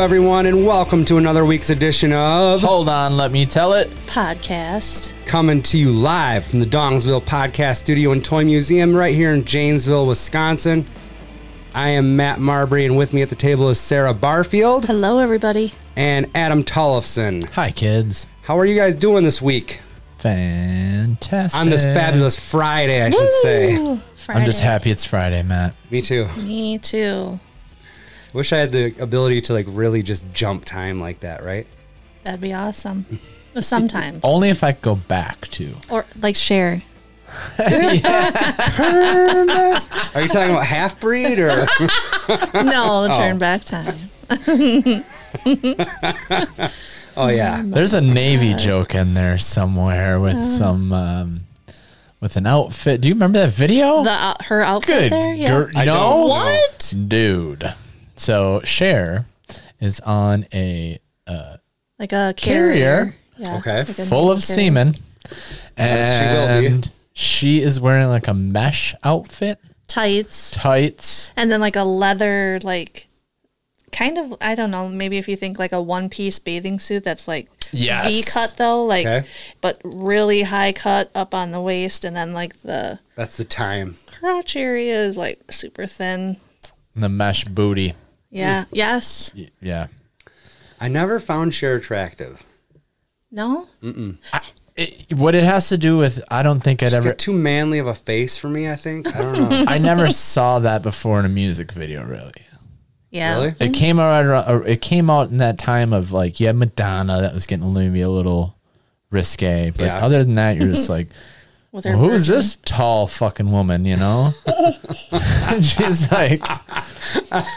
everyone, and welcome to another week's edition of Hold on, let me tell it. podcast. coming to you live from the Dongsville Podcast Studio and Toy Museum right here in Janesville, Wisconsin. I am Matt Marbury, and with me at the table is Sarah Barfield Hello, everybody. and Adam Tollefson. Hi, kids. How are you guys doing this week Fantastic. on this fabulous Friday? I should say. Woo! Friday. I'm just happy it's Friday, Matt. Me too. Me too. Wish I had the ability to like really just jump time like that, right? That'd be awesome. Sometimes. Only if I could go back to. Or like share. Are you talking about half breed or? No, turn back time. Oh yeah. There's a Navy joke in there somewhere with Oh. some um, with an outfit. Do you remember that video? The out her outfit Good. there. Yeah. gir- I don't no, know. What? dude. So Cher is on a Like a Carrier. carrier. Yeah. Okay. Like a full name of carrier. semen, Yes, she will be. and she is wearing like a mesh outfit, Tights. tights. And then like a leather, like kind of, I don't know, maybe if you think like a one piece bathing suit that's like Yes. V cut though, like, Okay. but really high cut up on the waist. And then like the That's the time. crotch area is like super thin. Mm. The mesh booty. Yeah. Yes. Y- Yeah. I never found Cher attractive. No. It, what it has to do with, I don't think I'd She's ever, got too manly of a face for me. I think. I don't know. I never saw that before in a music video. Really, Yeah. Really? it came out. ar- It came out in that time of like, yeah, Madonna. That was getting maybe a little risque, but Yeah. other than that, you're just like, With who is this tall fucking woman? You know, and she's like,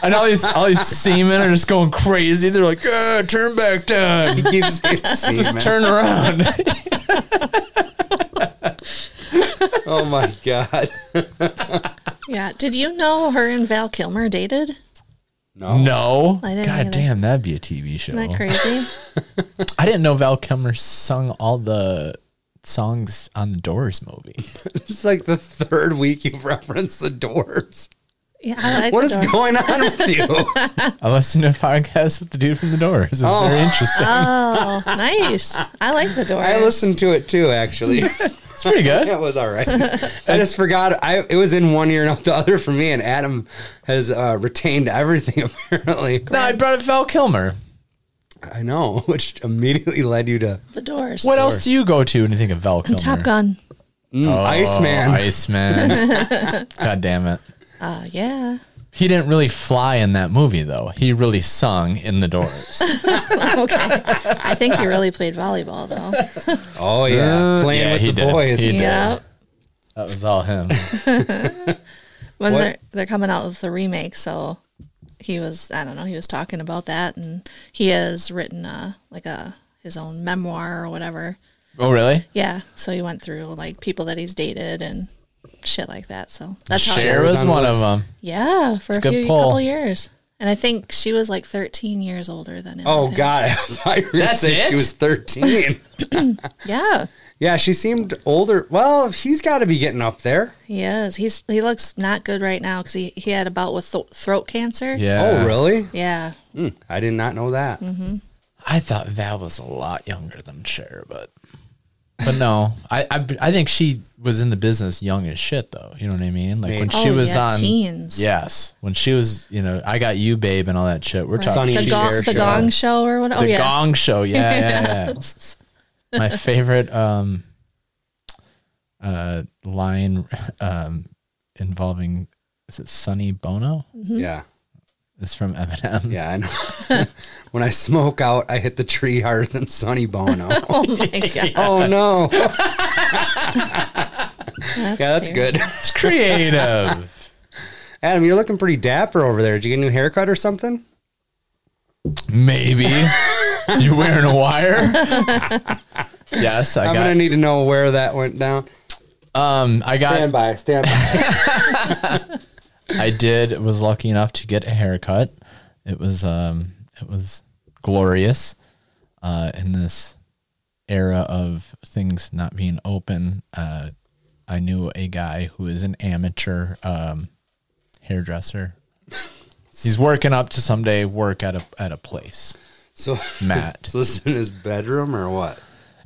and all these all these seamen are just going crazy. They're like, yeah, turn back down, He keeps saying semen. turn around. Oh my god. Yeah. Did you know her and Val Kilmer dated? No. No, I didn't god either. damn, that'd be a TV show. Isn't that crazy? I didn't know Val Kilmer sung all the songs on the Doors movie. This is like the third week you've referenced the doors. yeah. I like What the is Doors. going on with you? I listened to a podcast with the dude from the Doors. It's very interesting. Oh, nice. I like the doors. I listened to it too, actually. It's pretty good. That was all right. I just forgot. I it was in one ear and out the other for me. And Adam has uh, retained everything apparently. No, I brought up Val Kilmer. I know, which immediately led you to the doors. What else do you go to when you think of Val Kilmer? Top Gun. Oh, mm, Iceman. Iceman. God damn it. Oh yeah. He didn't really fly in that movie though. He really sung in the Doors. okay. I think he really played volleyball though. oh yeah, Uh, playing yeah, with he the did. boys. He did. Yeah. That was all him. When What? they're they're coming out with the remake, so he was I don't know, he was talking about that and he has written uh like a his own memoir or whatever. Oh really? Yeah. So he went through like people that he's dated and shit like that. So that's how. Cher was was on one the of list. them. Yeah, for a It's a good few pull. couple years, and I think she was like 13 years older than him. I Oh think. god, I thought you were gonna That's say it? she was thirteen. Yeah, yeah, she seemed older. Well, he's got to be getting up there. he is. He's he looks not good right now because he he had a bout with th- throat cancer. Yeah. Mm-hmm. Oh really? Yeah. Mm, I did not know that. I thought Val was a lot younger than Cher, but but no, I, I I think she was in the business young as shit though. You know what I mean? Like when Maybe. she Oh, was yeah, on teens. Yes, when she was, you know, I got you, babe, and all that shit. We're talking Sonny The, She gong, Cher the show. gong show or the whatever. Oh yeah. Gong Show. Yeah, yeah, yeah. My favorite um uh line um involving is it Sonny Bono? Yeah, Is from Eminem. yeah. I know. when I smoke out, I hit the tree harder than Sonny Bono. Oh my god. oh no! yeah, That's that's cute. good. It's creative. Adam, you're looking pretty dapper over there. Did you get a new haircut or something? Maybe. you wearing a wire? yes, I I'm got. gonna need to know where that went down. um, I got. Stand by, stand by. I did. Was lucky enough to get a haircut. It was. Um, it was glorious. Uh, in this era of things not being open, uh, I knew a guy who is an amateur um, hairdresser. He's working up to someday work at a at a place. So, Matt. so this is in his bedroom or what?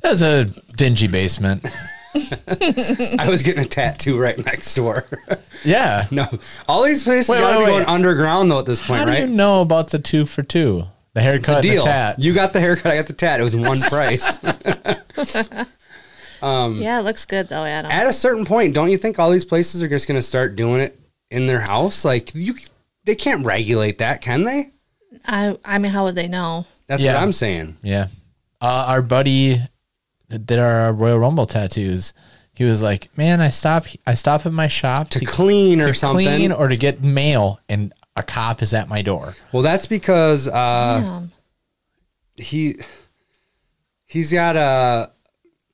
It was a dingy basement. I was getting a tattoo right next door. Yeah. no, all these places Wait, gotta wait, be wait. going underground though at this point, How do right? you know about the two for two? The haircut Deal. and the tat. You got the haircut. I got the tat. It was one price. yeah, it looks good though, Adam. At a certain point, don't you think all these places are just gonna start doing it in their house? Like you, they can't regulate that, can they? I I mean, how would they know? That's Yeah. what I'm saying. Yeah. Uh, our buddy that did our Royal Rumble tattoos. He was like, "Man, I stop. I stop at my shop To clean or to something. clean or to get mail, and a cop is at my door." Well, that's because uh, Um, he he's got a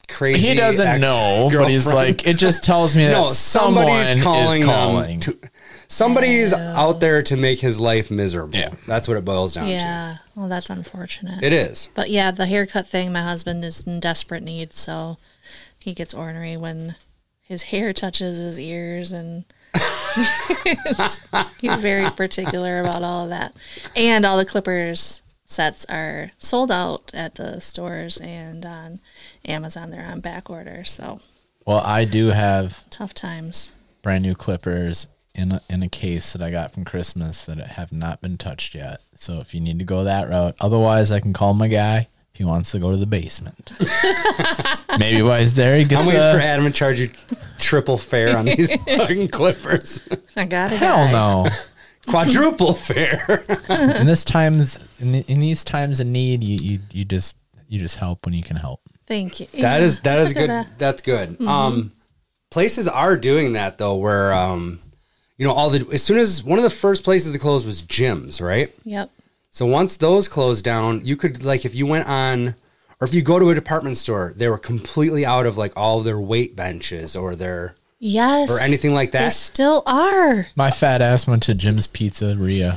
crazy. He doesn't know, but he's ex-girlfriend. like, "It just tells me that no, someone somebody's calling. is them calling." to- somebody's out there to make his life miserable. Yeah. that's what it boils down yeah. Well, that's unfortunate. to. It is. But yeah, the haircut thing, my husband is in desperate need, so he gets ornery when his hair touches his ears and he's very particular about all of that. And all the clippers sets are sold out at the stores and on Amazon they're on back order, so well, I do have tough times. brand new clippers in a, in a case that I got from Christmas that have not been touched yet. So if you need to go that route, otherwise I can call my guy if he wants to go to the basement. Maybe while he's there, he I'm gets waiting for a Adam to charge you triple fare on these fucking clippers. I got it. hell no. Quadruple fare. in this times in, the, in these times of need, you, you you just you just help when you can help. Thank you. That is that is that's a good, good. uh, That's good. Um, places are doing that though, where um, you know, all the as soon as one of the first places to close was gyms, right? Yep. So once those closed down, you could like if you went on, or if you go to a department store, they were completely out of like all their weight benches or their Yes. or anything like They that. still are. My fat ass went to Jim's Pizzeria.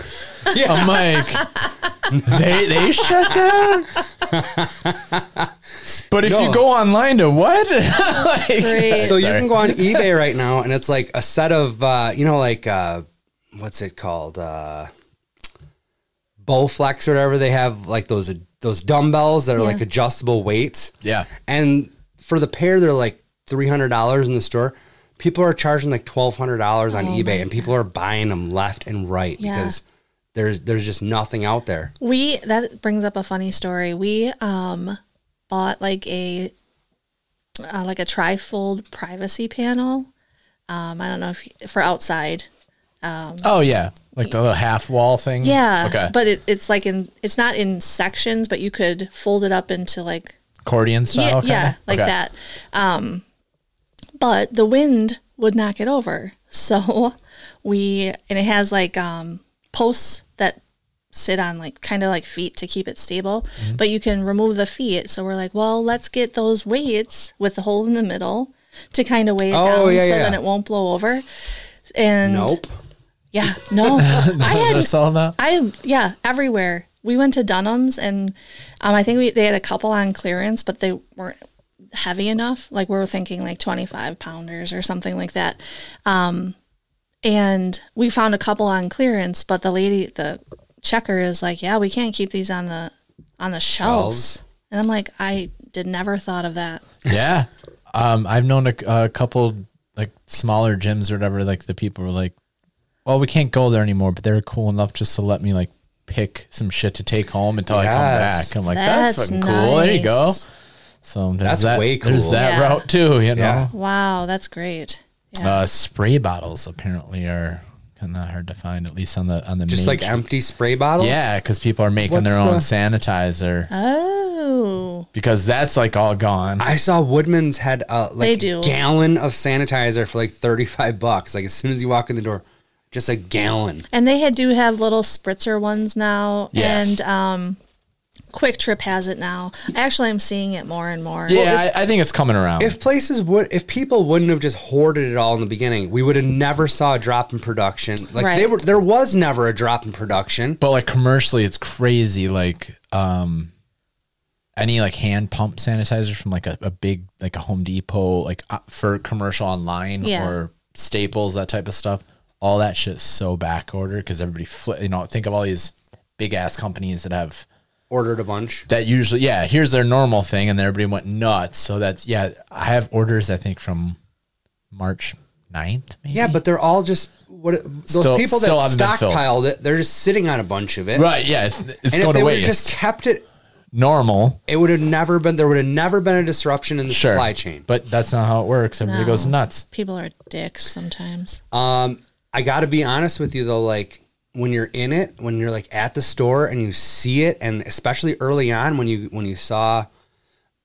I'm like, they they shut down. But if No. you go online to what? Like- Great. So you Sorry. can go on eBay right now, and it's like a set of uh, you know like uh, what's it called uh, Bowflex or whatever. They have like those those dumbbells that are like adjustable weights. Yeah. and for the pair, they're like three hundred dollars in the store. People are charging like twelve hundred dollars on eBay, and people are buying them left and right Yeah. because there's there's just nothing out there. We that brings up a funny story. We um bought like a uh, like a trifold privacy panel. Um, I don't know if for outside. Oh yeah, like the little half wall thing. Yeah, Okay. But but it, it's like in it's not in sections, but you could fold it up into like accordion style. yeah, kinda? yeah, like Okay. that. Um, but the wind would knock it over. So we and it has like um, posts that sit on like kind of like feet to keep it stable, Mm-hmm. but you can remove the feet. So we're like, well, let's get those weights with the hole in the middle to kind of weigh it Oh, down yeah, so yeah. then it won't blow over. And Nope. yeah, no, I I had just saw that. I yeah, everywhere. We went to Dunham's and um, I think we they had a couple on clearance, but they weren't heavy enough. Like we were thinking like twenty five pounders or something like that. Um, and we found a couple on clearance, but the lady the checker is like, yeah, we can't keep these on the on the shelves. And I'm like, I did never thought of that. Yeah. Um, I've known a, a couple like smaller gyms or whatever. Like the people were like, "Well, we can't go there anymore," but they're cool enough just to let me like pick some shit to take home until I Yes. come back. I'm like, "That's, fucking cool." There you go. nice. So there's That's that, way There's cool. that Yeah. route too. You know, Yeah. Wow, that's great. Yeah. uh, spray bottles apparently are kind of hard to find, at least on the on the Just like major- empty spray bottles. Yeah, because people are making their own What's sanitizer oh. because that's like all gone. I saw Woodman's had uh, like They a do. gallon of sanitizer for like thirty five bucks. Like as soon as you walk in the door, just a gallon. And they had, do have little spritzer ones now, Yeah. and um, Quick Trip has it now. Actually, I'm seeing it more and more. yeah, I, I think it's coming around. If places would, if people wouldn't have just hoarded it all in the beginning, we would have never saw a drop in production. Like they Right. were, there was never a drop in production. but like commercially it's crazy like um any like hand pump sanitizer from like a, a big like a home depot like uh, for commercial online Yeah. or staples that type of stuff all that shit's so back order because everybody, fli you know, think of all these big ass companies that have Ordered a bunch. that usually yeah here's their normal thing and then everybody went nuts so that's yeah i have orders i think from march 9th maybe Yeah, but they're all just what those Still- people that still haven't been filled. stockpiled it. They're just sitting on a bunch of it. right yeah it's, it's And going if to they would waste just kept it, normal it would have never been. There would have never been a disruption in the sure supply chain. but that's not how it works everybody goes No. nuts People are dicks sometimes. Um, I got to be honest with you though, like when you're in it, when you're like at the store and you see it, and especially early on when you when you saw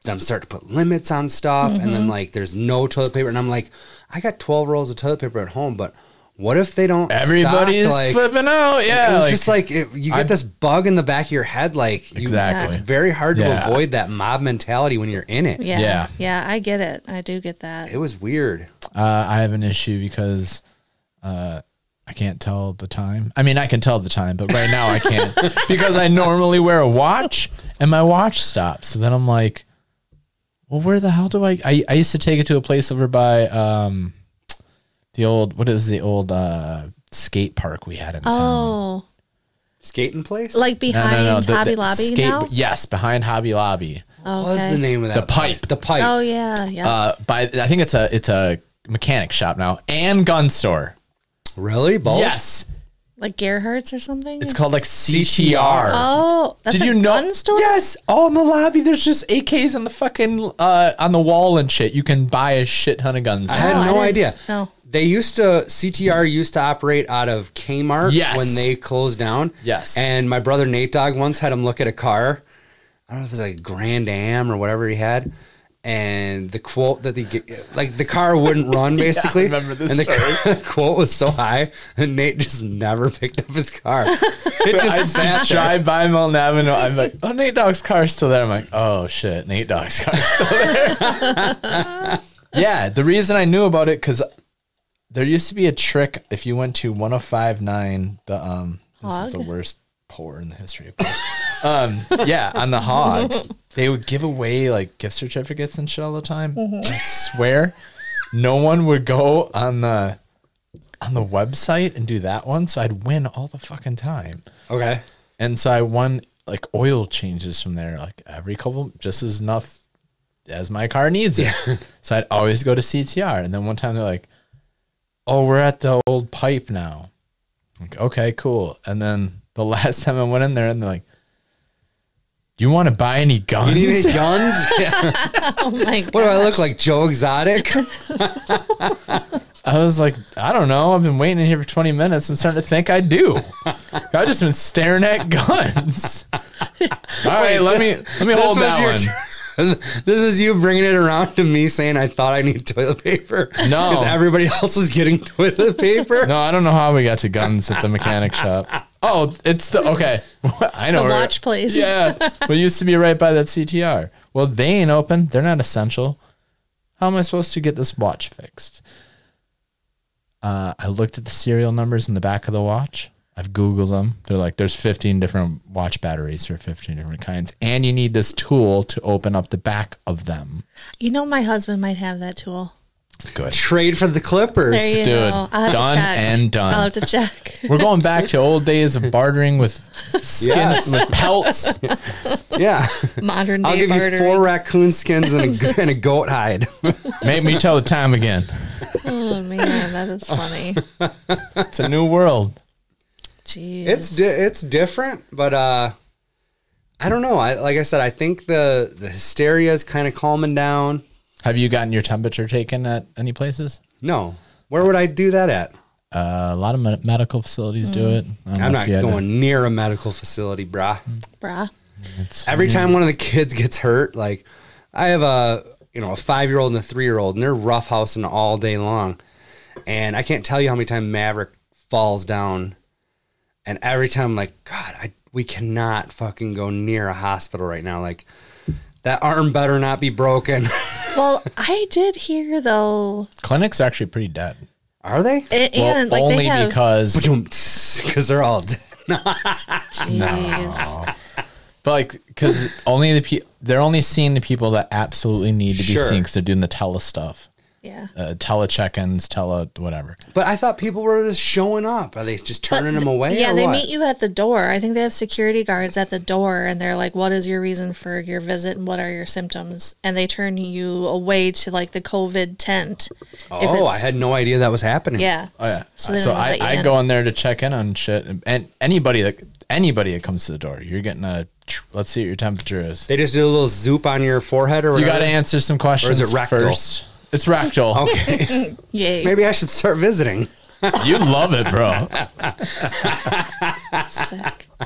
them start to put limits on stuff, and Mm-hmm. then like there's no toilet paper, and I'm like, I got 12 rolls of toilet paper at home, but what if they don't? stock, everybody's like, flipping out It yeah was like- just like it, you get I- this bug in the back of your head, like you, Exactly. It's very hard Yeah. to avoid that mob mentality when you're in it. Yeah, Yeah. yeah. I get it. I do get that. It was weird. Uh, I have an issue because uh, I can't tell the time. I mean, I can tell the time, but right now I can't because I normally wear a watch and my watch stops. So then I'm like, well, where the hell do I? I, I used to take it to a place over by um, the old, what is the old uh, skate park we had in town? Oh, Skating place. like behind the- Hobby the Lobby skate- now. Yes, behind Hobby Lobby. what was the name of that? The place? pipe. The pipe. Oh yeah, yeah. Uh, by I think it's a it's a mechanic shop now and gun store. Really? Oh. Both? Yes, like Gerhardt's or something. it's called like CTR. oh, that's Did a you know? gun store. Yes, all in the lobby. There's just AKs on the fucking uh, on the wall and shit. You can buy a shit ton of guns. I had Oh, I no didn't- idea. no. They used to CTR used to operate out of Kmart Yes. when they closed down. Yes. And my brother Nate Dog once had him look at a car. I don't know if it was like a Grand Am or whatever he had. And the quote that they get, like the car wouldn't run basically. remember this and the story. car- quote was so high that Nate just never picked up his car. It I just sat there. drive by Melton Avenue. I'm like, oh, Nate Dog's car's still there. I'm like, oh shit, Nate Dog's car's still there. yeah, the reason I knew about it because there used to be a trick if you went to 1059, the um, this is Hog? the worst pour in the history of pours. um, yeah, on the hog, they would give away like gift certificates and shit all the time. I swear, no one would go on the on the website and do that one, so I'd win all the fucking time. Okay. And so I won like oil changes from there, like every couple, just as enough as my car needs it. so I'd always go to CTR. And then one time they're like, oh, we're at the old pipe now. Like, okay, cool. And then the last time I went in there and they're like, do you want to buy any You guns? need any guns? Yeah. Oh my god. What do I look like? Joe Exotic? I was like, I don't know. I've been waiting in here for 20 minutes. I'm starting to think I do. I've just been staring at guns. All right, let me let me hold that one. your this is you bringing it around to me saying I thought I need toilet paper. No. because everybody else was getting toilet paper. No, I don't know how we got to guns at the mechanic shop. Oh, it's the okay. I know The where- watch place. Yeah, we used to be right by that CTR. Well, they ain't open. They're not essential. How am I supposed to get this watch fixed? Uh, I looked at the serial numbers in the back of the watch. I've Googled them. They're like, there's 15 different watch batteries for 15 different kinds, and you need this tool to open up the back of them. You know, my husband might have that tool. Good. Trade for the Clippers. There you Dude, go. I'll have to done check. and done. I'll have to check. We're going back to old days of bartering with skin, Yes. with pelts. Yeah, Modern day I'll give bartering. you four raccoon skins and a, and a goat hide. Make me tell the time again. Oh man, that is funny. It's a new world. Jeez. It's di- it's different, but uh, I don't know. I like I said, I think the the hysteria is kind of calming down. Have you gotten your temperature taken at any places? No, where would I do that at? Uh, a lot of me- medical facilities do it. I don't know I'm if not you had going near a medical facility, brah. Bruh. it. It's- Every time one of the kids gets hurt, like I have a you know a five year old and a three year old, and they're roughhousing all day long, and I can't tell you how many times Maverick falls down, and every time I'm like, God, I we cannot fucking go near a hospital right now. Like that arm better not be broken. Well, I did hear though, clinics are actually pretty dead. Are they? and, Well, and, like only they have. because, Because they're all dead. Jeez. but like, because only the pe- they're only seeing the people that absolutely need to be Sure. seen because they're doing the tele stuff. Yeah. uh, tele check ins, tele whatever. But I thought people were just showing up. Are they just turning them away? yeah, or they what? meet you at the door. I think they have security guards at the door and they're like, What is your reason for your visit and what are your symptoms? And they turn you away to like the COVID tent. Oh, I had no idea that was happening. Yeah. Oh yeah. So, they don't I, let you I in. go in there to check in on shit, and anybody that anybody that comes to the door, you're getting a. Let's see what your temperature is. They just do a little zoop on your forehead or You whatever. got to answer some questions rectal? first. It's rectal. Okay. Yay. Maybe I should start visiting. You love it, bro. Sick.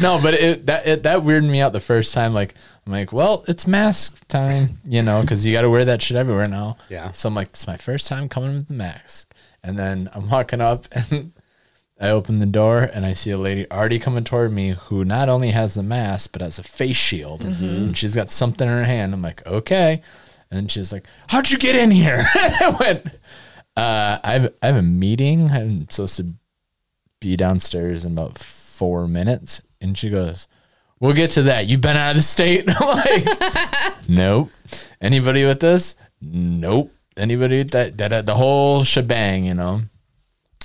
No, but it that it, that weirded me out the first time. Like I'm like, well, it's mask time, you know, because you got to wear that shit everywhere now. Yeah. So I'm like, it's my first time coming with the mask, and then I'm walking up and. I open the door and I see a lady already coming toward me who not only has the mask but has a face shield and she's got something in her hand. I'm like, okay, and then she's like, "How'd you get in here?" and I went, uh, "I have I have a meeting. I'm supposed to be downstairs in about four minutes. And she goes, We'll get to that. You've been out of the state. I'm like, Nope. Anybody with this? Nope. Anybody with that, that, that- the whole shebang, you know?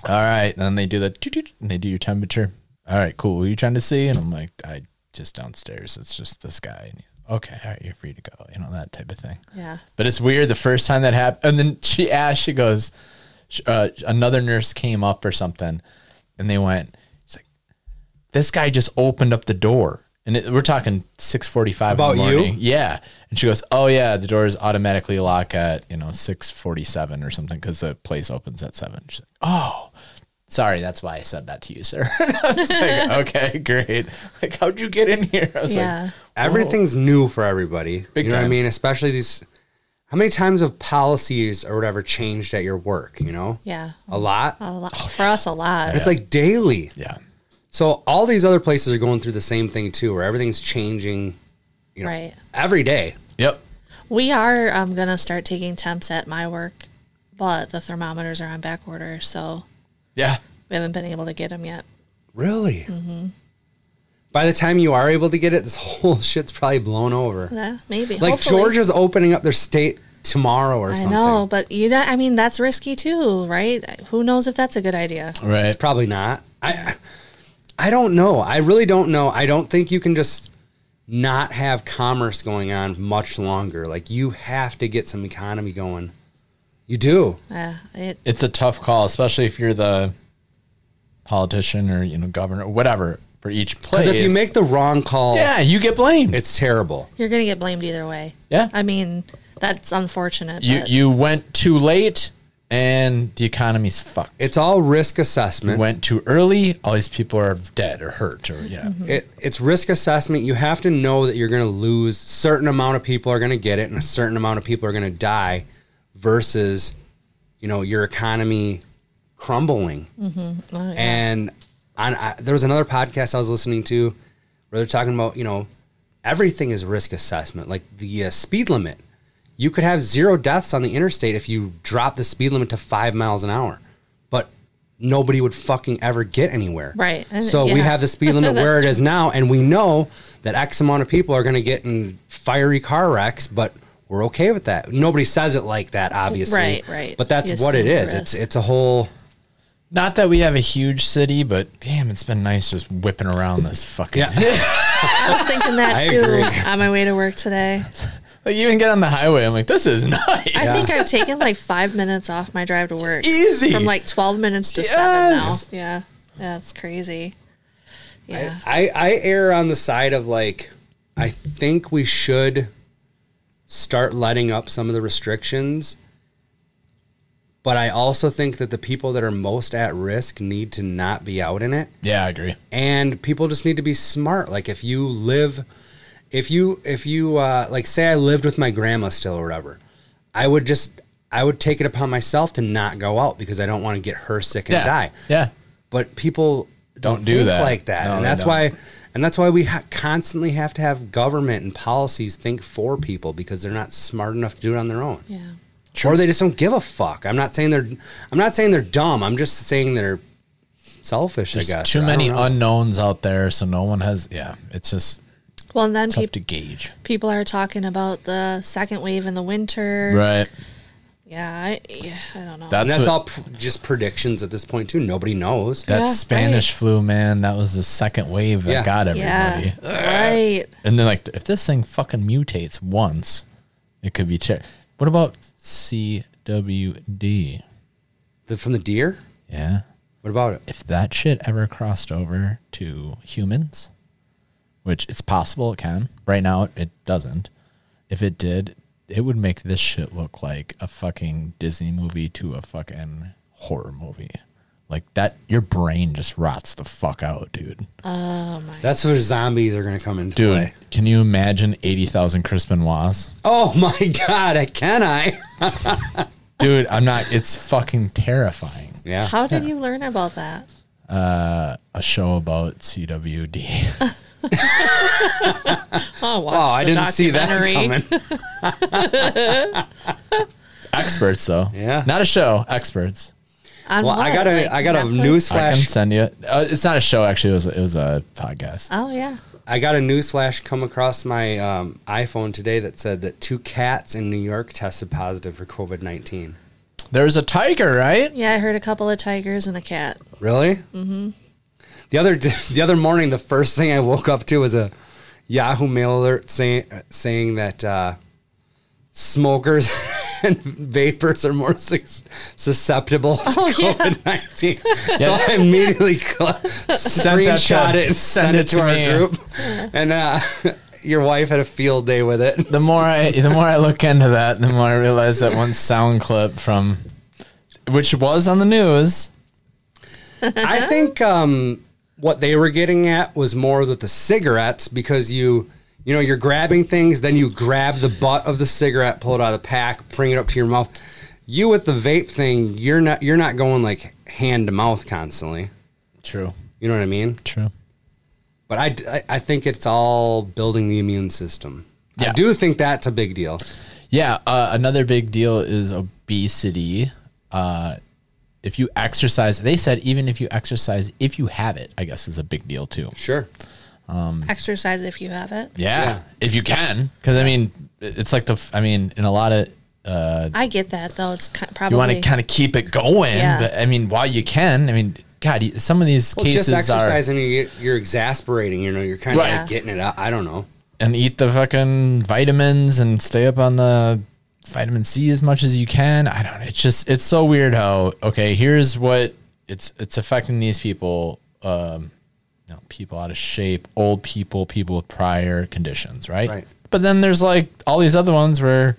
All right. And then they do the toot toot, and they do your temperature. All right, cool. What are you trying to see? And I'm like, I just downstairs. It's just this guy. And, okay, all right, you're free to go. You know, that type of thing. Yeah. But it's weird the first time that happened. And then she asked, she goes, sh- uh, another nurse came up or something, and they went, it's like, this guy just opened up the door. And it, we're talking 645 About in the you? morning. Yeah. And she goes, oh, yeah, the door is automatically locked at, you know, 647 or something because the place opens at 7. She's like, oh, sorry, that's why I said that to you, sir. And I was like, okay, great. Like, how'd you get in here? I was Yeah. like, Everything's new for everybody. Big you know what I time. mean? Especially these. How many times have policies or whatever changed at your work? You know, yeah. Oh. a lot. A lot. For us, a lot. It's like daily. yeah. So all these other places are going through the same thing too, where everything's changing Right. every day. Yep. We are um, going to start taking temps at my work, but the thermometers are on back order. So Yeah. we haven't been able to get them yet. Really. Mm-hmm. By the time you are able to get it, this whole shit's probably blown over. Yeah, uh, maybe. Like Hopefully. Georgia's opening up their state tomorrow or I something. know, but you know, I mean, that's risky too, right? Who knows if that's a good idea? Right. Probably not. I I don't know. I really don't know. I don't think you can just not have commerce going on much longer. Like you have to get some economy going. You do. Uh, it, it's a tough call, especially if you're the politician or you know governor, or whatever for each place. Because if you make the wrong call, yeah, you get blamed. it's terrible. you're going to get blamed either way. Yeah. I mean, that's unfortunate. you but you went too late, and the economy's fucked. It's all risk you assessment. went too early. All these people are dead or hurt or yeah. It, it's risk assessment. You have to know that you're going to lose. Certain amount of people are going to get it, and a certain amount of people are going to die, versus, you know, your economy crumbling. oh, yeah. And on I, there was another podcast I was listening to where they're talking about you know everything is risk assessment, like the uh, speed limit. You could have zero deaths on the interstate if you drop the speed limit to five miles an hour, but nobody would fucking ever get anywhere. Right. And- so we yeah. have the speed limit That's where it is now, and we know that X amount of people are going to get in fiery car wrecks, but we're okay with that. Nobody says it like that, obviously. Right, right. But that's You what it assume is. It's risk. it's a whole. Not that we have a huge city, but damn, it's been nice just whipping around this fucking. I was thinking that I too agree. on my way to work today. like you even get on the highway, I'm like, this is nice. I think I've taken like five minutes off my drive to work. Easy. From like 12 minutes to Yes. seven now. Yeah. Yeah, it's crazy. Yeah. I, I err on the side of like, I think we should start letting up some of the restrictions. But I also think that the people that are most at risk need to not be out in it. yeah, I agree. And people just need to be smart. Like if you live, if you, if you, uh, like say I lived with my grandma still or whatever, I would just, I would take it upon myself to not go out because I don't want to get her sick and Yeah. die Yeah. but people don't, Don't do think that. like that, No, and they that's don't. why, and that's why we ha- constantly have to have government and policies think for people because they're not smart enough to do it on their own, Yeah. or they just don't give a fuck. I'm not saying they're, I'm not saying they're dumb. I'm just saying they're selfish. I guess Too or I many don't know. unknowns out there, so no one has. Yeah, it's just Well, and then tough people to gauge. people are talking about the second wave in the winter. Right. Yeah, I, yeah, I don't know. That's, and that's what- all pr- just predictions at this point too. Nobody knows. that Yeah, Spanish flu, man. That was the second wave that Yeah. got everybody. yeah, right. And then like if this thing fucking mutates once, it could be ter- What about CWD? The, from the deer. Yeah. What about it? If that shit ever crossed over to humans, which it's possible it can. Right now it- it doesn't. If it did, it would make this shit look like a fucking Disney movie to a fucking horror movie. Like that your brain just rots the fuck out, dude. That's where zombies are going to come into Dude, play. can you imagine 80,000 Chris Benoit's? Oh my god! I Can I? Dude, I'm not. It's fucking terrifying. Yeah. How did you learn about that? A show about CWD. Oh, oh, I didn't see that coming. experts, though. Yeah. Not a show. Experts. Well, I got a I got a news I can flash. send you. Uh, it's not a show. Actually, it was it was a podcast. Oh yeah. I got a news flash come across my um, iPhone today that said that two cats in New York tested positive for COVID nineteen. There's a tiger, right? Yeah, I heard a couple of tigers and a cat. Really? Mm-hmm. The other the other morning, the first thing I woke up to was a Yahoo mail alert saying saying that uh, smokers and vapors are more sus- susceptible to Oh, yeah. COVID nineteen. So I immediately cl- that to- screenshot it and send it to, our me. group. And uh, your wife had a field day with it. The more I the more I look into that, the more I realize that one sound clip from, which was on the news. I think um, what they were getting at was more with the cigarettes because you, you know, you're grabbing things, then you grab the butt of the cigarette, pull it out of the pack, bring it up to your mouth. You with the vape thing, you're not you're not going like hand to mouth constantly. True. You know what I mean? True. But I, I, I think it's all building the immune system. I Yeah. do think that's a big deal. Yeah, uh, another big deal is obesity. Uh, if you exercise, they said even if you exercise, if you have it, I guess is a big deal too. Sure. Hmm. Exercise if you have it. Yeah, Yeah. if you can, because I mean, it- it's like the. f- I mean, in a lot of I get that though. It's ki you want probably to kind of keep it going, Yeah. but I mean, while you can, I mean, God, you- some of these Well, cases just are exercising, you, you're exasperating. You know, you're kind of Right. like getting it out. I don't know. and eat the fucking vitamins and stay up on the vitamin C as much as you can. I don't. It's just it's so weird how okay. Here's what it's it's affecting these people. Um, you know, people out of shape, old people, people with prior conditions, right? Right. But then there's like all these other ones where,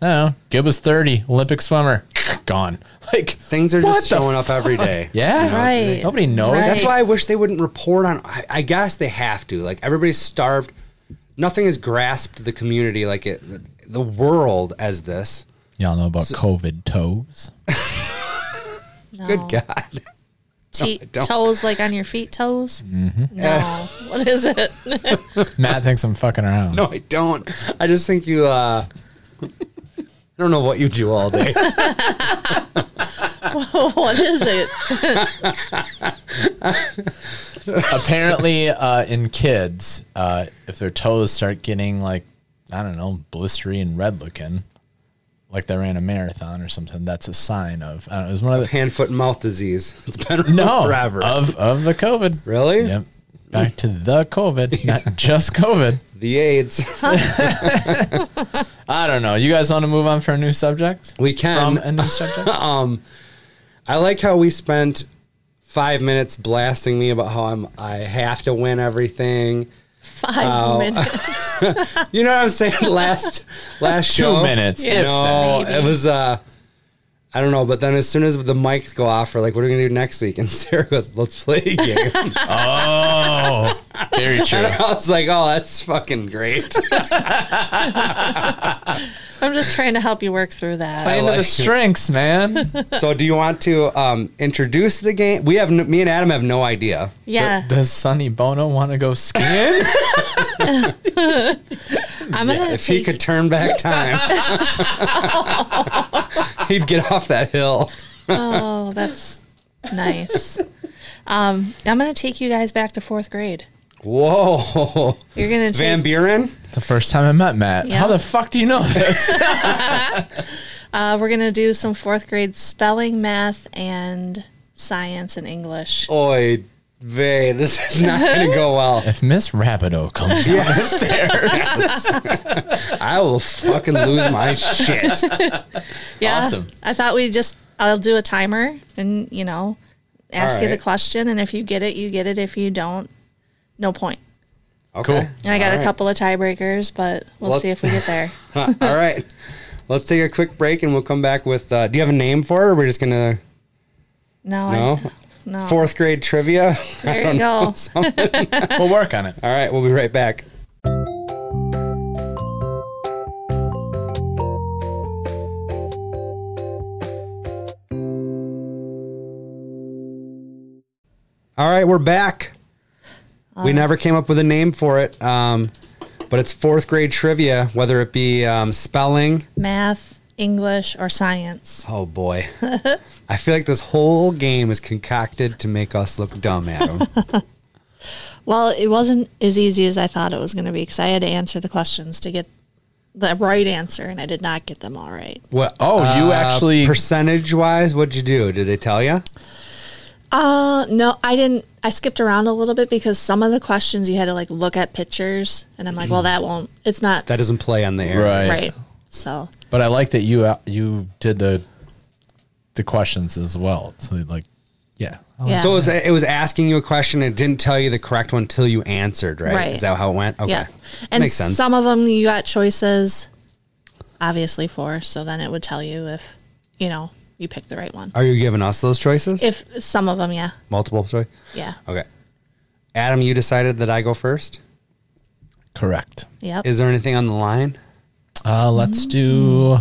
I don't know, Gib was 30, Olympic swimmer, gone. Like Things are what just the showing fuck? up every day. Yeah, Right. Nobody knows. Right. That's That's why I wish they wouldn't report on. I, I guess they have to. Like everybody's starved. Nothing has grasped the community like it, the world as this. Y'all know about COVID toes. no. Good God! Te- don't. toes like on your feet toes. Mm-hmm. No, what is it? Matt thinks I'm fucking around. No, I don't. I just think you. uh I don't know what you do all day. what is it? Apparently, uh, in kids, uh, if their toes start getting like, I don't know, blistery and red looking, like they ran a marathon or something, that's a sign of. I don't know. It was one of the Hand, foot, and mouth disease. It's been around no forever. of of the COVID. really? Yep. Back to the COVID, not just COVID. The AIDS. I don't know. You guys want to move on for a new subject? We can. From a new subject? I like how we spent five minutes blasting me about how I'm. I have to win everything. Five Oh. minutes. You know what I'm saying? Last last two show. minutes, if no, it that. was. uh I don't know, but then as soon as the mics go off, we're like, "What are we gonna do next week?" And Sarah goes, "Let's play a game." and oh, very true. I was like, "Oh, that's fucking great." I'm just trying to help you work through that. I Playing to like the it. strengths, man. so, do you want to um, introduce the game? We have n- me and Adam have no idea. Yeah, D- Does Sonny Bono want to go skiing? I'm gonna If take he could turn back time, he'd get off that hill. Oh, that's nice. Um, I'm going to take you guys back to fourth grade. Whoa. You're gonna take, Van Buren? The first time I met Matt. Yeah. How the fuck do you know this? uh, we're gonna do some fourth grade spelling, math, and science and English. Oi, Vay, this is not going to go well. if Miss Rabideau comes down the stairs, I will fucking lose my shit. Yeah, Awesome. I thought we just I'll do a timer and you know ask you the right. question, and if you get it, you get it. If you don't, no point. Okay. And I got All a right. couple of tiebreakers, but we'll Well- see if we get there. All right. Let's take a quick break and we'll come back with. Uh, do you have a name for her? We're just going to. No, No? I, no. Fourth grade trivia? there you go. we'll work on it. All right, we'll be right back. All right, we're back. we never came up with a name for it, um, but it's fourth grade trivia, whether it be um, spelling. Math, English, or science. Oh boy. I feel like this whole game is concocted to make us look dumb, Adam. Well, it wasn't as easy as I thought it was going to be because I had to answer the questions to get the right answer, and I did not get them all right. what? Oh, you Uh, actually- percentage wise, what'd you do? Did they tell you? Uh, no, I didn't. I skipped around a little bit because some of the questions you had to like look at pictures, and I'm like, well, that won't. It's not that doesn't play on the air. Right. right. So But I like that you uh, you did the the questions as well. So like, yeah, I Yeah. So it was, it was asking you a question and it didn't tell you the correct one until you answered, right? Right. Is that how it went? Okay. yeah, and Makes sense. some of them you got choices, obviously for. So then it would tell you if you know you picked the right one. Are you giving us those choices? If some of them, yeah, Multiple choice? yeah, Okay. Adam, you decided that I go first. correct. yep. Is there anything on the line? Uh, let's do.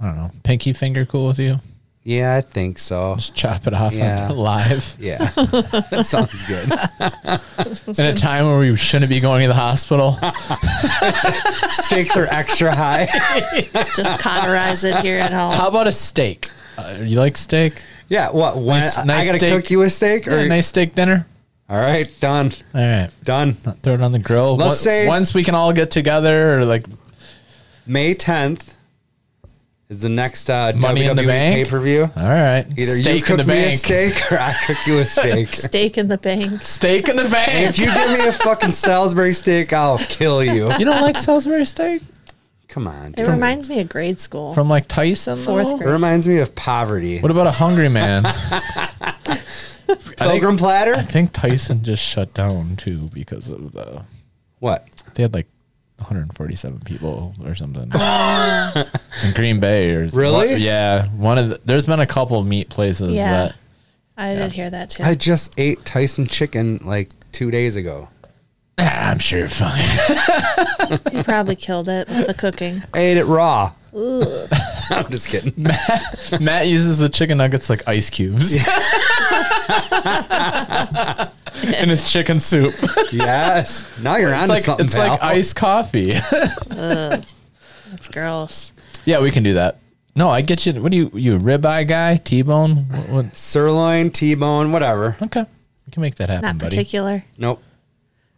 I don't know. Pinky finger, cool with you? Yeah, I think so. Just chop it off Yeah. on live Yeah. that sounds good. in a time where we shouldn't be going to the hospital. Stakes are extra high. just cauterize it here at home. How about a steak? Uh, you like steak? Yeah. What? When, Nice- I- I nice got to steak. cook you a steak? Or, Yeah, nice steak dinner. All right. Done. All right, Done. throw it on the grill. Let's Once- say- once we can all get together, or like May 10th is the next uh, Money WWE in the Bank? pay per view. All right. Either you cook me a steak or I cook you a steak. Steak in the bank. Steak in the If bank. you give me a fucking Salisbury steak, I'll kill you. you don't like Salisbury steak? Come on. It Dude. reminds me of grade school. From like Tyson? Fourth though? It reminds me of poverty. What about a hungry man? I think, Pilgrim platter? I think Tyson just shut down too because of the. What? They had like 147 people or something. in Green Bay or something. Really? yeah. One of the, there's been a couple meat places yeah, that I did hear that too. I just ate Tyson chicken like two days ago. "Ah, I'm sure you're fine. you probably killed it with the cooking. I ate it raw. I'm just kidding. Matt uses the chicken nuggets like ice cubes. In his chicken soup. yes. Now you're on It's to like something. it's like pal. iced coffee. It's gross. yeah, we can do that. No, I get you. What do you you a ribeye guy? T bone? What, what- Sirloin, T bone, whatever. Okay, we can make that happen, Not buddy. particular. Nope.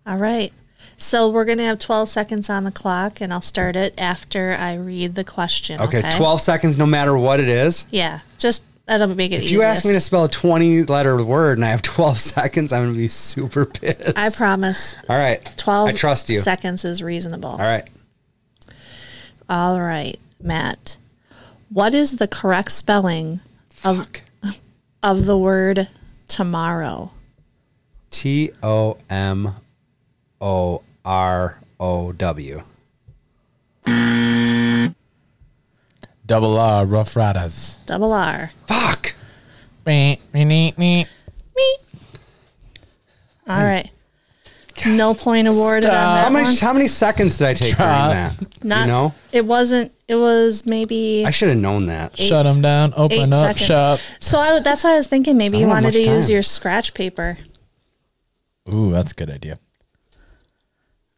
All right. So we're gonna have twelve seconds on the clock, and I'll start it after I read the question. Okay, Okay. 12 seconds no matter what it is. Yeah. Just that'll make it. If you ask me to spell a 20 letter word and I have 12 seconds, I'm going to be super pissed. I promise. All right. Twelve. I trust you. Seconds is reasonable. All right. All right, Matt. What is the correct spelling of of the word tomorrow? T O M O R O W. Double R, Rough Riders. Double R. Fuck. Stop All right. No point Hmm. awarded Stop. How on that many one. how many seconds did I take Drop. during that? you know, It wasn't. It was maybe. I should have known that. Shut them down. Open eight up seconds. shop. so I, that's why I was thinking maybe I you don't have wanted to much use time. your scratch paper. Ooh, that's a good idea.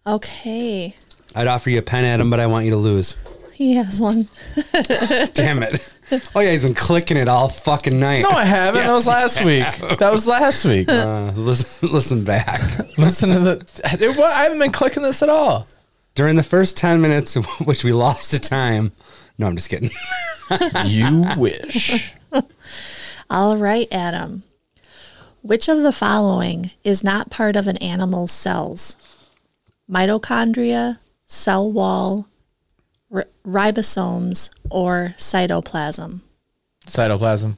Okay. I'd offer you a pen, Adam, but I want you to lose. He has one. Damn it. Oh yeah, he's been clicking it all fucking night. No, I haven't. that was last week. That was last week. Uh, listen, listen back. Listen to the. It, wa- I haven't been clicking this at all. During the first ten minutes, which we lost to time. No, I'm just kidding. You wish. All right, Adam. Which of the following is not part of an animal's cells? Mitochondria, cell wall, ri- ribosomes, or cytoplasm? Cytoplasm.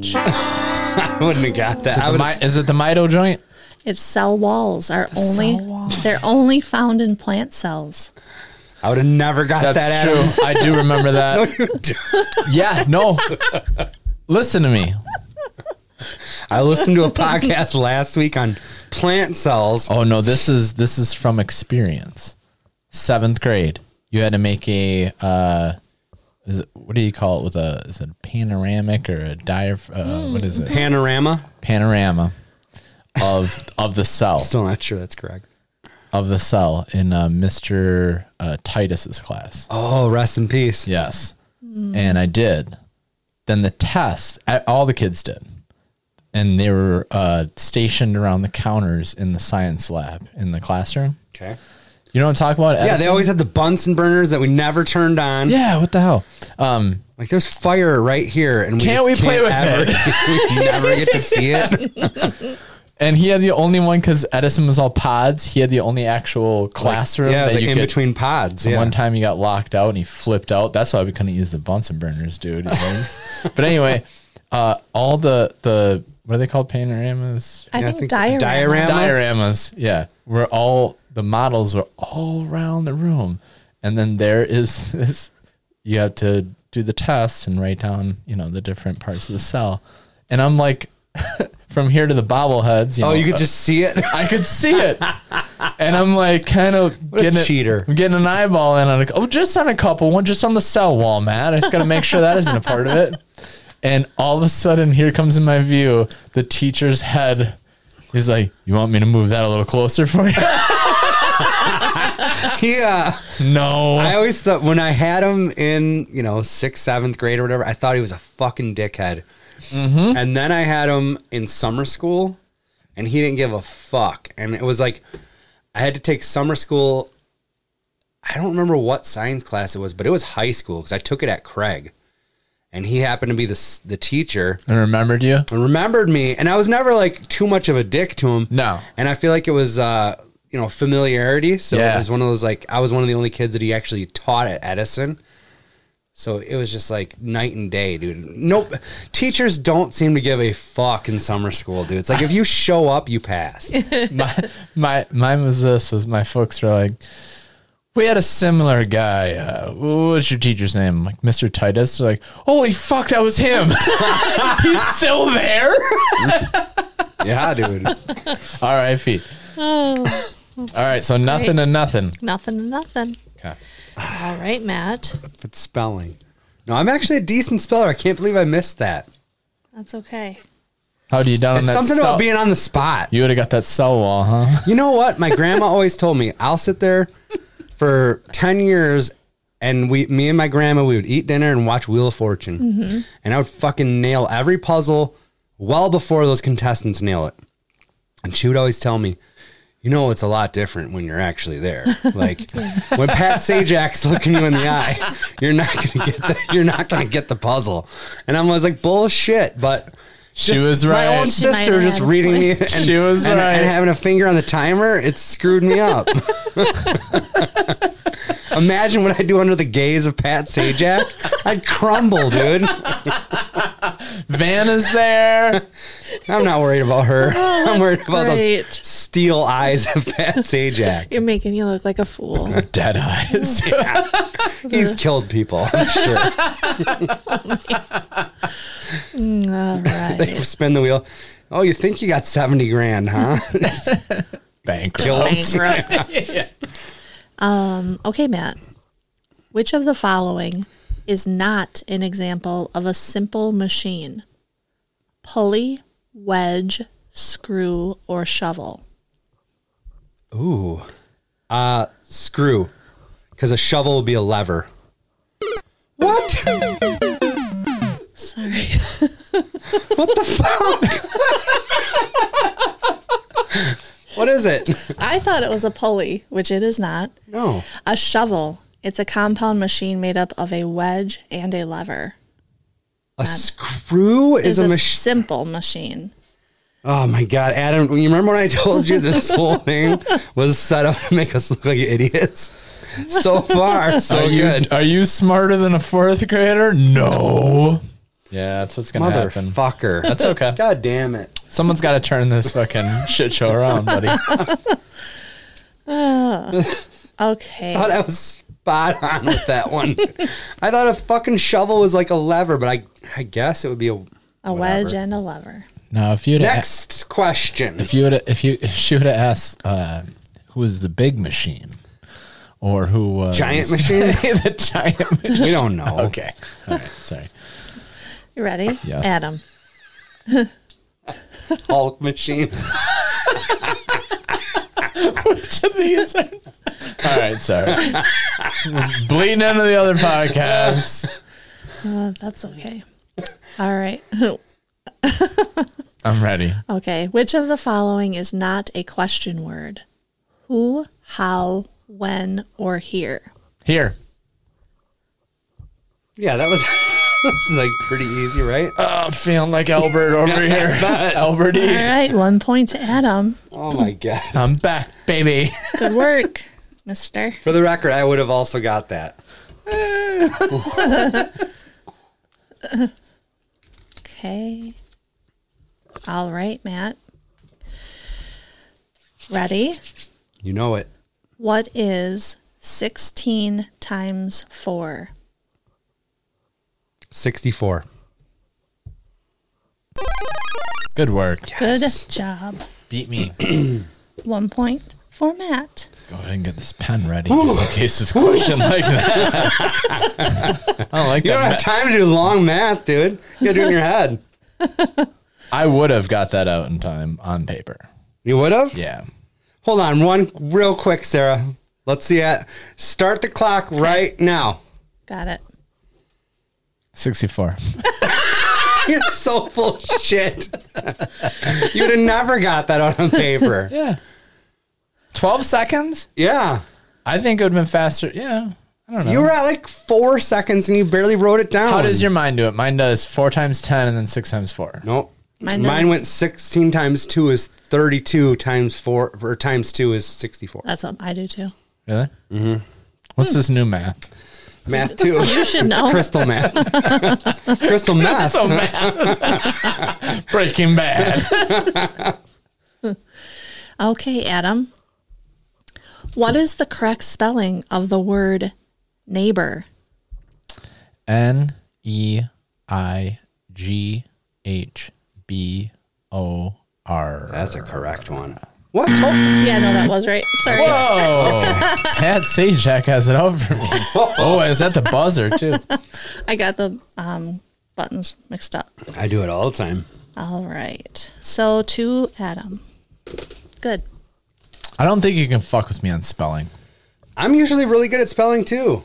I wouldn't have got that. I The would. mi- is it the mito joint? It's cell walls are only they're only found in plant cells. I would have never got That's that. true. I do remember that. Adam. Yeah. No. Listen to me. I listened to a podcast last week on plant cells. Oh no, this is this is from experience. Seventh grade, you had to make a uh, is it, what do you call it with a is it panoramic or a diaph- uh, what is it Panorama. panorama of of the cell Still not sure that's correct. of the cell in uh, Mister uh, Titus's class. Oh, rest in peace. Yes. And I did. Then the test, a- all the kids did. And they were uh, stationed around the counters in the science lab in the classroom. Okay. You know what I'm talking about? Yeah, Edison? they always had the Bunsen burners that we never turned on. Yeah, what the hell? Um, Like there's fire right here, and we Can't just we play with ever, we never get to see it. and he had the only one because Edison was all pods. He had the only actual classroom. Yeah, it was that like you in could- between pods. The Yeah. One time he got locked out and he flipped out. That's why we couldn't use the Bunsen burners, dude. you know? but anyway, uh, all the the what are they called? Panoramas. I, Yeah, I think think, so. diorama. Diorama? dioramas. Yeah, were all the models were all around the room, and then there is this. You have to do the test and write down, you know, the different parts of the cell, and I'm like, from here to the bobbleheads. You Oh, know, you could uh, just see it. I could see it, and I'm like, kind of a getting cheater. I'm getting an eyeball in on a, oh, just on a couple, one just on the cell wall, Matt. I just got to make sure that isn't a part of it. And all of a sudden, here comes in my view the teacher's head. He's like, "You want me to move that a little closer for you?" yeah. no, I always thought when I had him in, you know, sixth, seventh grade or whatever, I thought he was a fucking dickhead. And then I had him in summer school and he didn't give a fuck. And it was like, I had to take summer school. I don't remember what science class it was, but it was high school because I took it at Craig. And he happened to be the, s- the teacher I remembered you. and remembered me. And I was never like too much of a dick to him. No. And I feel like it was, uh, you know, familiarity. So Yeah. it was one of those like I was one of the only kids that he actually taught at Edison. So it was just like night and day, dude. Nope. Teachers don't seem to give a fuck in summer school, dude. It's like if you show up, you pass. my, my mine was this was my folks were like we had a similar guy uh, what's your teacher's name I'm like mr titus They're like holy fuck that was him he's still there yeah, dude. r.i.p Oh. all right so nothing and nothing Nothing to nothing. okay. All right, Matt. If it's spelling. No, I'm actually a decent speller. I can't believe I missed that. That's okay. how do you down on It's that something cell? about being on the spot. you would have got that cell wall huh You know what? My grandma always told me, I'll sit there for 10 years and we, me and my grandma, we would eat dinner and watch Wheel of Fortune. Mm-hmm. And I would fucking nail every puzzle well before those contestants nail it. And she would always tell me, you know, it's a lot different when you're actually there. Like when Pat Sajak's looking you in the eye, you're not gonna get the, you're not gonna get the puzzle. And I'm always like bullshit, but She just was My right. own She might sister have just had a reading me point. and, She was and- right. and having a finger on the timer, it screwed me up. Imagine what I do under the gaze of Pat Sajak. I'd crumble, dude. van is there I'm not worried about her. Oh, I'm worried about great. those steel eyes of Pat Sajak. You're making you look like a fool. dead eyes He's Uh-huh. killed people, I'm sure. All right. Spin the wheel. Oh, you think you got 70 grand, huh? bankrupt Um, okay, Matt. Which of the following is not an example of a simple machine? Pulley, wedge, screw, or shovel? Ooh. Uh, screw. because a shovel would be a lever. What? Sorry. What the fuck? what is it? I thought it was a pulley, which it is not. No. A shovel. It's a compound machine made up of a wedge and a lever. A screw is It's a a machine. simple machine. Oh my God, Adam, you remember when I told you this whole thing was set up to make us look like idiots? So far, so are Oh, you good. are you smarter than a fourth grader? No. Yeah, that's what's gonna happen. Motherfucker. That's okay. God damn it. Someone's got to turn this fucking shit show around, buddy. I Okay. thought I was spot on with that one. I thought a fucking shovel was like a lever, but I, I guess it would be a. a wedge and a lever. Now, if you'd have Next question. if you would if you if she would have asked uh, who was the big machine or who was Giant machine? the giant machine. We don't know. Okay, all right, sorry. You ready? Yes. Adam. Hulk machine. Which of these are- All right, sorry. Bleeding into the other podcasts. Uh, that's okay. All right. I'm ready. okay. Which of the following is not a question word? Who, how, when, or here? Here. Yeah, that was this is like pretty easy, right? Oh, I'm feeling like Albert over here. All Alberty. right. One point to Adam. Oh my god. I'm back, baby. Good work, mister. For the record, I would have also got that. Okay. All right, Matt. Ready? You know it. What is 16 times 4? 64. Good work. Yes. Good job. Beat me. One point for Matt. Go ahead and get this pen ready just in case it's a question like that. I don't like You don't have that. time to do long math, dude. You gotta do it in your head. I would have got that out in time on paper. You would have? Yeah. Hold on, one real quick, Sarah. Let's see it. Start the clock right now. Got it. 64. You're so full of shit. you would have never got that out on paper. Yeah. 12 seconds? Yeah. I think it would have been faster. Yeah. I don't know. You were at like four seconds and you barely wrote it down. How does your mind do it? Mine does 4 times 10 and then 6 times 4. Nope. Mine Mine, does. went 16 times 2 is 32 times 4 or times 2 is 64. That's what I do too. Really? Mm-hmm. What's this new math? Math 2. You should know. Crystal math. Crystal math. So bad. Breaking bad. Okay, Adam. What is the correct spelling of the word neighbor? N E I G H B O R. That's a correct one. What? Oh, Yeah, no, that was right. Sorry. Whoa! Pat Sajak has it over me. Oh, is that the buzzer too? I got the um, buttons mixed up. I do it all the time. All right. So to Adam. Good. I don't think you can fuck with me on spelling. I'm usually really good at spelling too.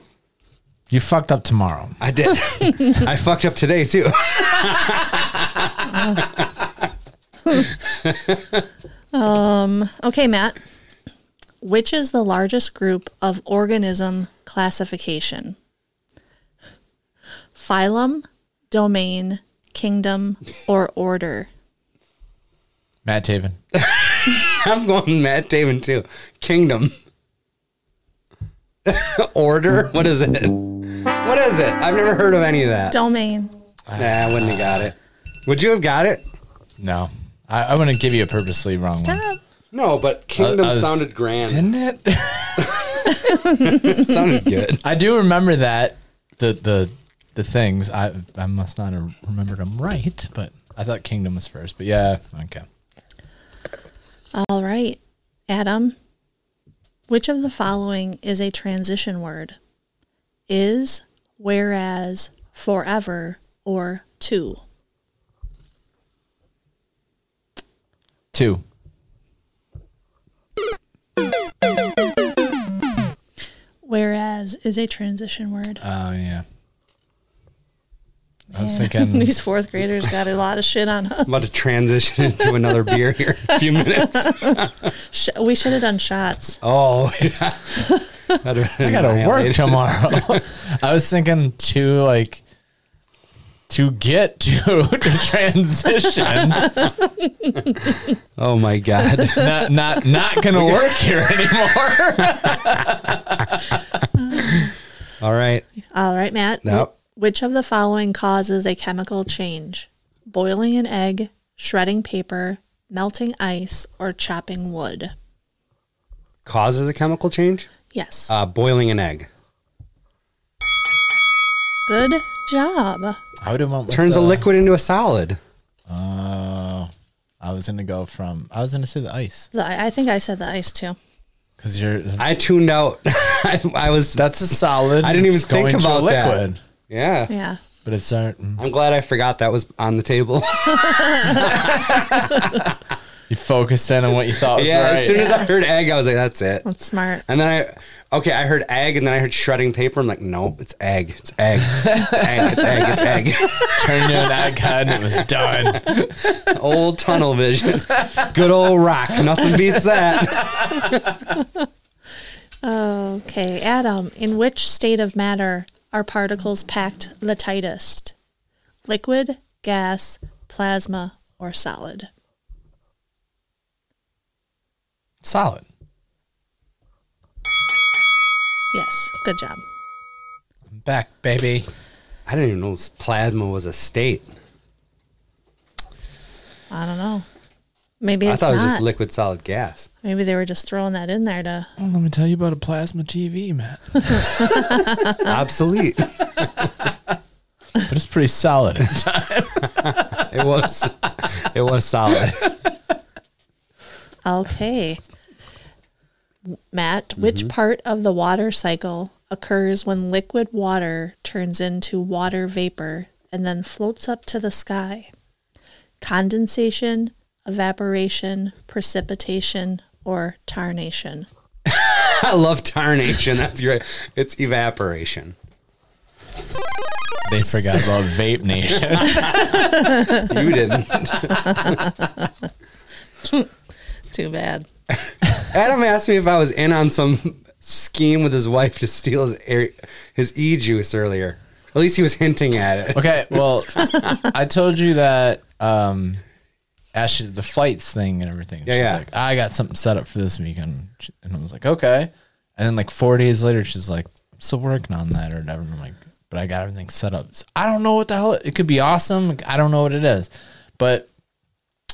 You fucked up tomorrow. I did. I fucked up today too. Okay, Matt. Which is the largest group of organism classification? Phylum, domain, kingdom, or order? Matt Taven. I'm going Matt Damon too. Kingdom. Order? What is it? What is it? I've never heard of any of that. Domain. Nah, I wouldn't have got it. Would you have got it? No, I, I wouldn't give you a purposely wrong one. Stop. No, but kingdom I was- sounded grand. Didn't it? It sounded good. I do remember that the the the things. I I must not have remembered them right, but I thought Kingdom was first. But yeah, okay. All right. Adam. Which of the following is a transition word? Is, whereas, forever, or to? Two. Whereas has is a transition word. Oh yeah. I was thinking These fourth graders got a lot of shit on us. I'm about to transition into another beer here in a few minutes. Sh- We should have done shots. Oh, yeah. I gotta work tomorrow. I was thinking to like to get to to transition. Oh, my God. not not not gonna work here anymore. All right. All right, Matt. Nope. Wh- Which of the following causes a chemical change? Boiling an egg, shredding paper, melting ice, or chopping wood? Causes a chemical change? Yes. Uh, boiling an egg. Good job. I would have went with Turns a the- liquid into a solid. Oh, I was gonna go from. I was gonna say the ice The, I I think I said the ice too. because you're. I tuned out. I, I was. That's a solid. I didn't even It's think going to a about that. liquid, Yeah. Yeah. but it's our. I'm glad I forgot that was on the table. You focused in on what you thought was yeah. right. As soon as I heard egg, I was like, that's it. That's smart. And then I, okay, I heard egg and then I heard shredding paper. I'm like, nope, it's egg. It's egg. It's egg. It's egg. It's egg. Turned you an egg head, and it was done. old tunnel vision. Good old rock. Nothing beats that. Okay, Adam, in which state of matter are particles packed the tightest? Liquid, gas, plasma, or solid? Solid. Yes, good job. I'm back, baby. I didn't even know this plasma was a state. I don't know. Maybe I it's thought it not. was just liquid solid gas. Maybe they were just throwing that in there to. let me tell you about a plasma TV, man. Obsolete. But it's pretty solid. It was. It was solid. Okay. Matt, which part of the water cycle occurs when liquid water turns into water vapor and then floats up to the sky? Condensation, evaporation, precipitation, or tarnation? I love tarnation. That's great. It's evaporation. they forgot about Vape Nation. You didn't. Too bad. Adam asked me if I was in on some scheme with his wife to steal his air, his e juice earlier. At least he was hinting at it. Okay, well, I told you that um, Ashley, the flights thing and everything. Yeah, she's yeah. like, I got something set up for this weekend. She- And I was like, okay. And then, like, four days later, she's like, I'm still working on that or whatever. And I'm like, but I got everything set up. So I don't know what the hell. It could be awesome. I don't know what it is. But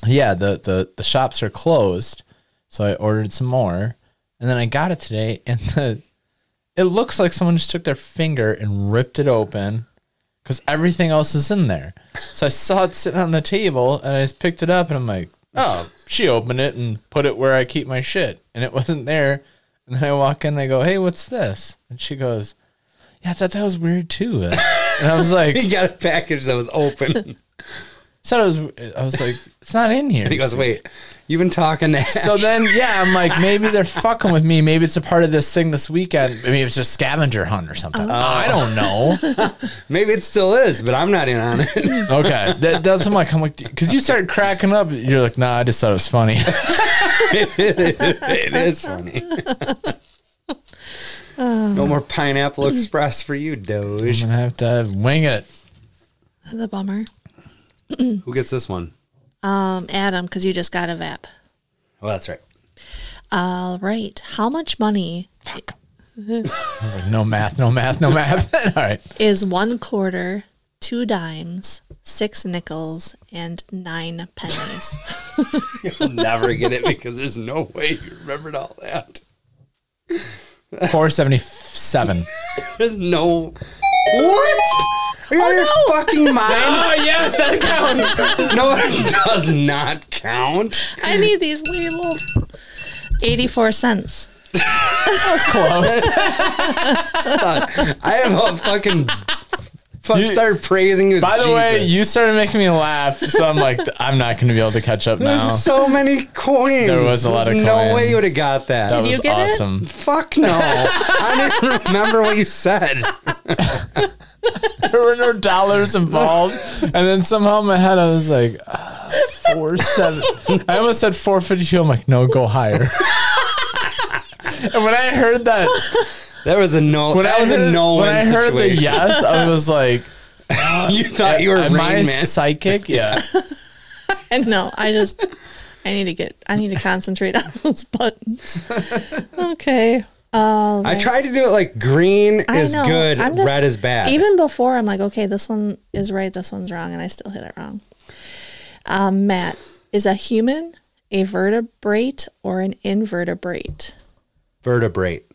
yeah, the, the, the shops are closed. So I ordered some more. And then I got it today. And the, it looks like someone just took their finger and ripped it open because everything else is in there. So I saw it sitting on the table and I just picked it up and I'm like, oh, she opened it and put it where I keep my shit. And it wasn't there. And then I walk in and I go, hey, what's this? And she goes, yeah, I thought that was weird too. And I was like, He got a package that was open. so I was, I was like, it's not in here. He goes, "Wait, you've been talking to." So then, yeah, I'm like, maybe they're fucking with me. Maybe it's a part of this thing this weekend. Maybe it's just scavenger hunt or something. Oh. I don't know. Maybe it still is, but I'm not in on it. Okay, that, that's what I'm like. I'm like, because you started cracking up. You're like, nah, I just thought it was funny. it is funny. Uh. no more pineapple express for you, Doge. I'm gonna have to wing it. That's a bummer. Who gets this one? Um, Adam, because you just got a VAP. Oh, that's right. All right. How much money I was like, no math, no math, no math. All right, is one quarter, two dimes, six nickels, and nine pennies? You'll never get it because there's no way you remembered all that. four seventy-seven. There's no. What? Are you out of your fucking mind? oh yes, that counts. No, it does not count. I need these labeled. 84 cents. Close. I have a fucking Fuck, You- started praising his By the way, Jesus. you started making me laugh, so I'm like, I'm not going to be able to catch up There's now. so many coins. There was a lot of There's No way coins. you would have got that. That Did you was get it? awesome. Fuck no. I don't even remember what you said. There were no dollars involved, and then somehow in my head I was like, uh, four seven. I almost said four fifty two. I'm like, no, go higher. and when I heard that, That was a no. when that I was heard, a no when win I heard the situation. yes, I was like, you thought you were am Rain I Man. psychic? Yeah. And no, I just I need to get I need to concentrate on those buttons. Okay. Um I tried to do it like green I is know. good, I'm just- red is bad. Even before I'm like, okay, this one is right, this one's wrong, and I still hit it wrong. Um, Matt, is a human a vertebrate or an invertebrate? Vertebrate.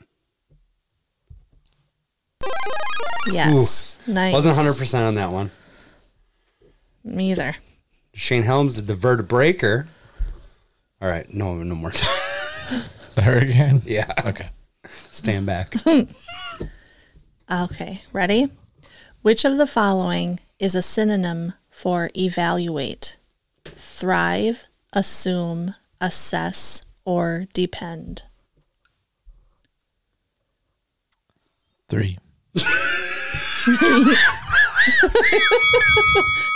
Yes. Nice. Wasn't 100% on that one. Me either. Shane Helms did the vertebraker. All right, no, no more. There again. yeah, Okay. stand back. Okay, ready? Which of the following is a synonym for evaluate? Thrive, assume, assess, or depend? Three.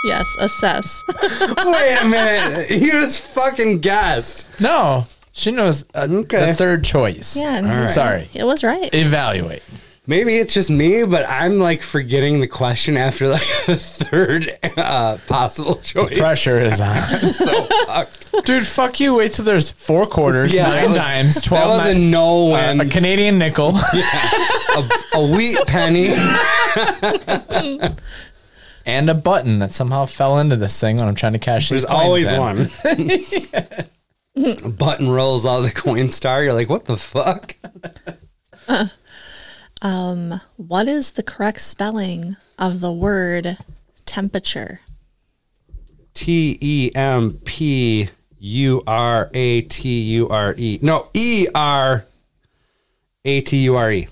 Yes, assess. Wait a minute, you just fucking guessed. No, she knows uh, Okay. the third choice. Yeah, no, All right. Sorry. it was right. Evaluate. Maybe it's just me, but I'm like forgetting the question after like the third uh, possible choice. Pressure is on. So fucked. Dude, fuck you. Wait till there's four quarters, Yeah, that nine was- dimes, That 12 was a ni- no uh, win. a Canadian nickel. a, a wheat penny. and a button that somehow fell into this thing when I'm trying to cash There's these coins always in. one. A button rolls out of the coin star. You're like, what the fuck? What is the correct spelling of the word temperature? T E M P U R A T U R E. No, E R A T U R E.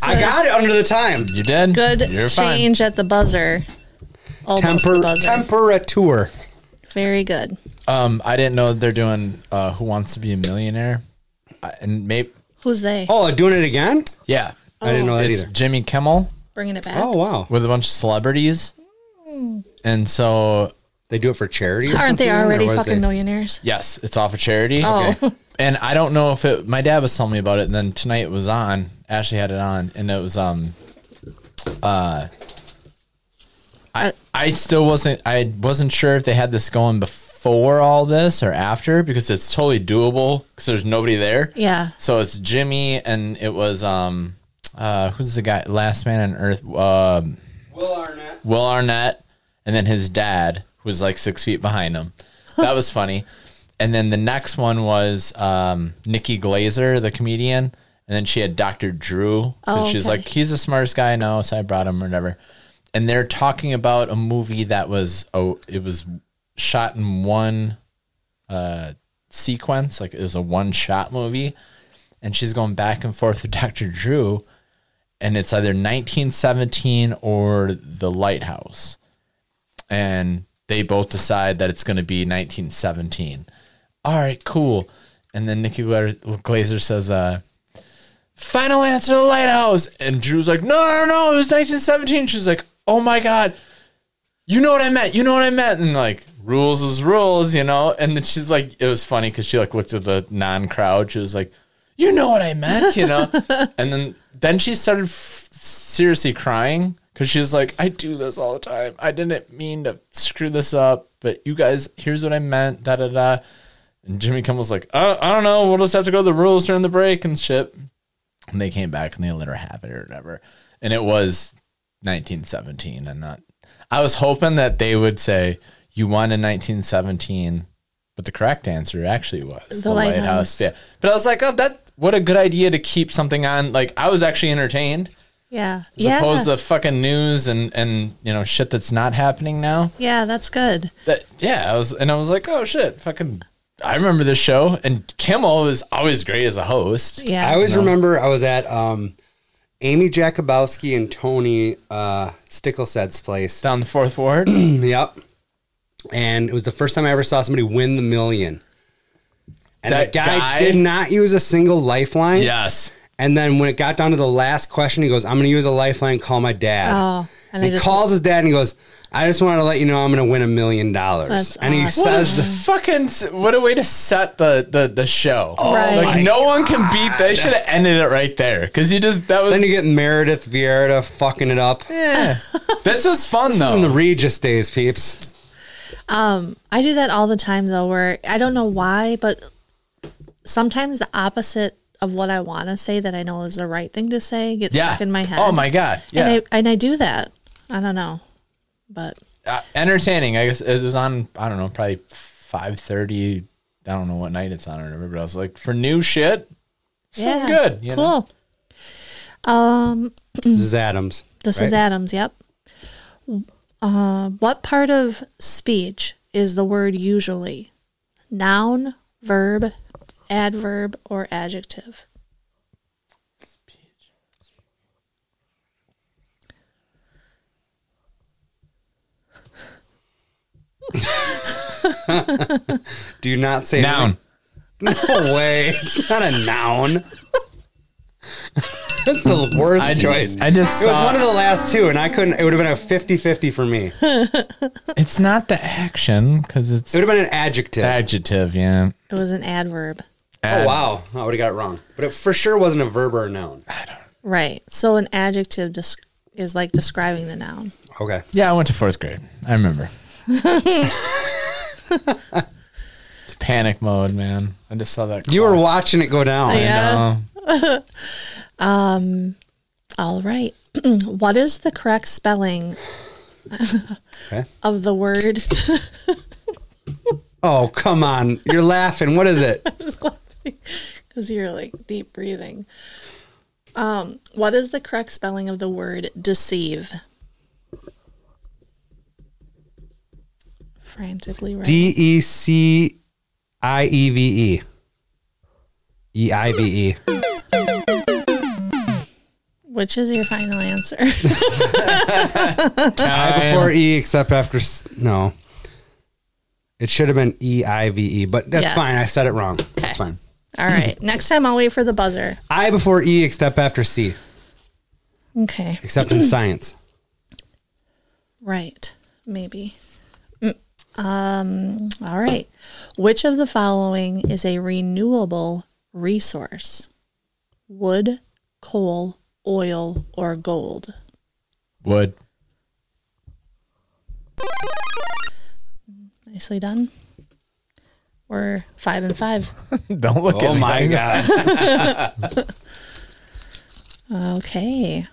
I got it under the time. You did? Good You're fine. change at the buzzer. Almost the Temper, buzzer. temperature. Very good. Um, I didn't know they're doing uh, Who Wants to Be a Millionaire. Uh, and maybe, Who's they? Oh, doing it again? yeah. I Oh. didn't know that It's either. Jimmy Kimmel Bringing it back. Oh, wow. with a bunch of celebrities. Mm. And so, They do it for charity? or Aren't they something, or already was fucking it- millionaires? yes, it's off a charity. Oh. and I don't know if it. My dad was telling me about it, and then tonight it was on. Ashley had it on, and it was um, uh, Uh, I I still wasn't I wasn't sure if they had this going before all this or after because it's totally doable because there's nobody there. Yeah. So it's Jimmy and it was um, uh, who's the guy? Last man on Earth. Um, Will Arnett. Will Arnett, and then his dad, who was like six feet behind him. That was funny. And then the next one was um, Nikki Glazer, the comedian. And then she had Dr. Drew. Oh, Oh, she's okay. like, he's the smartest guy I know, so I brought him or whatever. And they're talking about a movie that was oh, it was shot in one uh, sequence, like it was a one shot movie. And she's going back and forth with Dr. Drew and it's either 1917 or The Lighthouse. And they both decide that it's going to be 1917. All right, cool. And then Nikki Gla- Glazer says, uh, final answer to The Lighthouse. And Drew's like, no, no, no, it was 1917. She's like, oh my God. You know what I meant. You know what I meant. And like, rules is rules, you know? And then she's like, it was funny because she like looked at the non crowd. She was like, you know what I meant, you know? and then then she started f- seriously crying because she was like, I do this all the time. I didn't mean to screw this up, but you guys, here's what I meant. Da da da. And Jimmy Kimmel's like, oh, I don't know. We'll just have to go to the rules during the break and shit. And they came back and they let her have it or whatever. And it was 1917 and not. I was hoping that they would say, you won in 1917, but the correct answer actually was The the, lighthouse. Lighthouse. Yeah. But I was like, oh, that, what a good idea to keep something on. Like, I was actually entertained Yeah. as yeah. opposed to fucking news and, and, you know, shit that's not happening now. yeah, that's good. That yeah, I was and I was like, oh shit, fucking. I remember this show, and Kimmel was always great as a host. Yeah. I always remember I was at um, Amy Jakubowski and Tony uh, Sticklesed's place. Down the fourth ward. yep. And it was the first time I ever saw somebody win the million. And That the guy, guy- did not use a single lifeline. yes. And then when it got down to the last question, he goes, I'm going to use a lifeline, call my dad. Oh, and and I he just- calls his dad and he goes, I just want to let you know I'm going to win a million dollars. That's And he awesome. says, the, Fucking s- what a way to set the the, the show. Oh Right. Like no one can beat that. They should have ended it right there because you just that was Then you get Meredith Vieira fucking it up. yeah. this was fun This is though. in the Regis days, peeps. Um, I do that all the time though, where I don't know why, but sometimes the opposite of what I want to say that I know is the right thing to say gets yeah. stuck in my head. Oh my god. Yeah. And I and I do that. I don't know, but uh, entertaining. I guess it was on. I don't know, probably five thirty. I don't know what night it's on or whatever. But I was like, for new shit, yeah, good, you cool. Um, This is Adams. this is right? Adams. Yep. Uh, what part of speech is the word usually? Noun, verb, adverb, or adjective? Do not say noun. No way. It's not a noun. That's the worst choice. I just it was saw- one of the last two, and I couldn't. It would have been a 50 50 for me. It It's not the action because it's would have been an adjective. adjective. Yeah. It was an adverb. oh, wow. I would have got it wrong. But it for sure wasn't a verb or a noun. Right. So an adjective desc is like describing the noun. Okay. Yeah, I went to fourth grade. I remember. it's panic mode, man. I just saw that. You were watching it go down. You know, All right. what is the correct spelling Okay. of the word? Oh, come on. You're laughing. What is it? Because you're like deep breathing. Um, what is the correct spelling of the word deceive? Frantically right. D E C I E V E. E I V E. Which is your final answer? I before E except after s- no. It should have been E I V E, but that's Yes. fine. I said it wrong. That's fine. All right. Next time I'll wait for the buzzer. I before E except after C, Okay. except in science. Right. Maybe. Mm, Um, all right. Which of the following is a renewable resource? Wood, coal, oil, or gold? wood. Nicely done. We're five and five. Don't look at me. like that. god. Okay.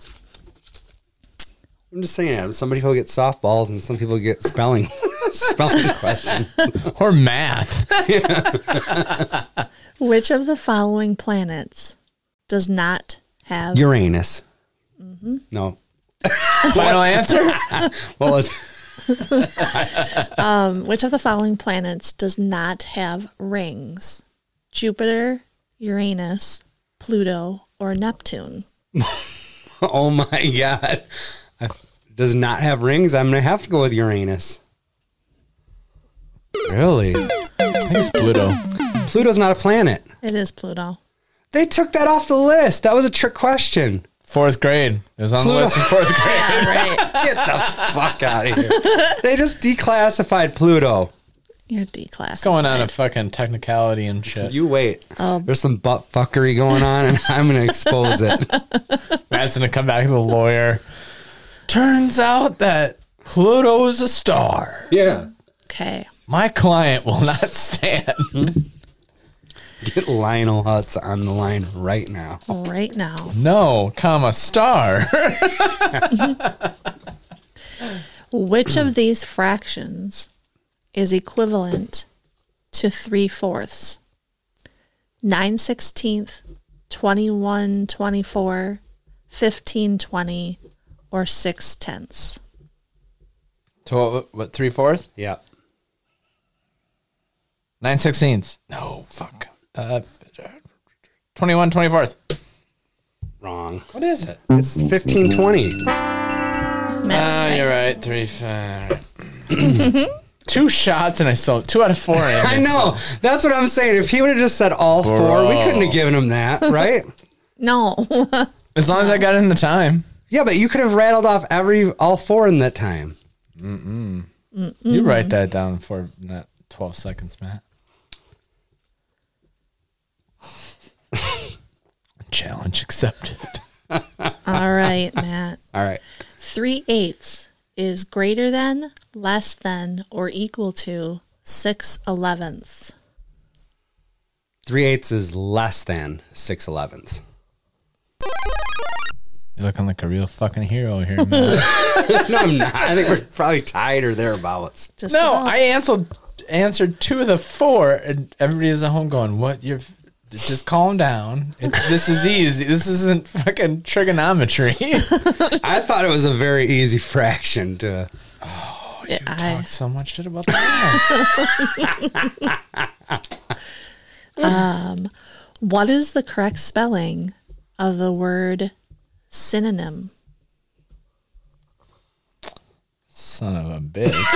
I'm just saying Adam, some people get softballs and some people get spelling spelling questions. Or math. Which of the following planets does not have Uranus. No. Final answer. What was um, which of the following planets does not have rings? Jupiter, Uranus, Pluto, or Neptune? Oh my god. I, does not have rings. I'm gonna have to go with Uranus. Really? I think it's Pluto. Pluto's not a planet. It is Pluto. They took that off the list. That was a trick question. Fourth grade. It was on Pluto. the list in fourth grade. Yeah, right. Get the fuck out of here. They just declassified Pluto. You're D class. Going on a fucking technicality and shit. You wait. There's some butt fuckery going on, and I'm going to expose it. Matt's gonna come back to the lawyer. Turns out that Pluto is a star. Yeah. Okay. My client will not stand. Get Lionel Hutz on the line right now. Right now. No, comma star. Which of these fractions is equivalent to three fourths? Nine sixteenth, twenty one twenty four, fifteen twenty, or six tenths? So what, what three fourth? Yeah. Nine sixteenths. No, fuck. Uh, 21, 24th. Wrong. What is it? It's 1520. Matt's Ah, right. you're right. Three, five. two shots, and I still two out of four. and I know. That's what I'm saying. If he would have just said all four, we Bro. couldn't have given him that, right? No. As long as I got in the time, yeah, but you could have rattled off every all four in that time. you Mm-hmm. write that down for not twelve seconds, Matt. Challenge accepted. All right, Matt. All right. Three eighths is greater than, less than, or equal to six elevenths. Three eighths is less than six elevenths. You're looking like a real fucking hero here, Matt. No, I'm not. I think we're probably tied or thereabouts. Just no, about. I answered answered two of the four, and everybody's at home going, "What? You're f- just calm down. It's, this is easy. This isn't fucking trigonometry." I thought it was a very easy fraction to. Yeah, I- Talk so much shit about that. What is the correct spelling of the word synonym? Son of a bitch.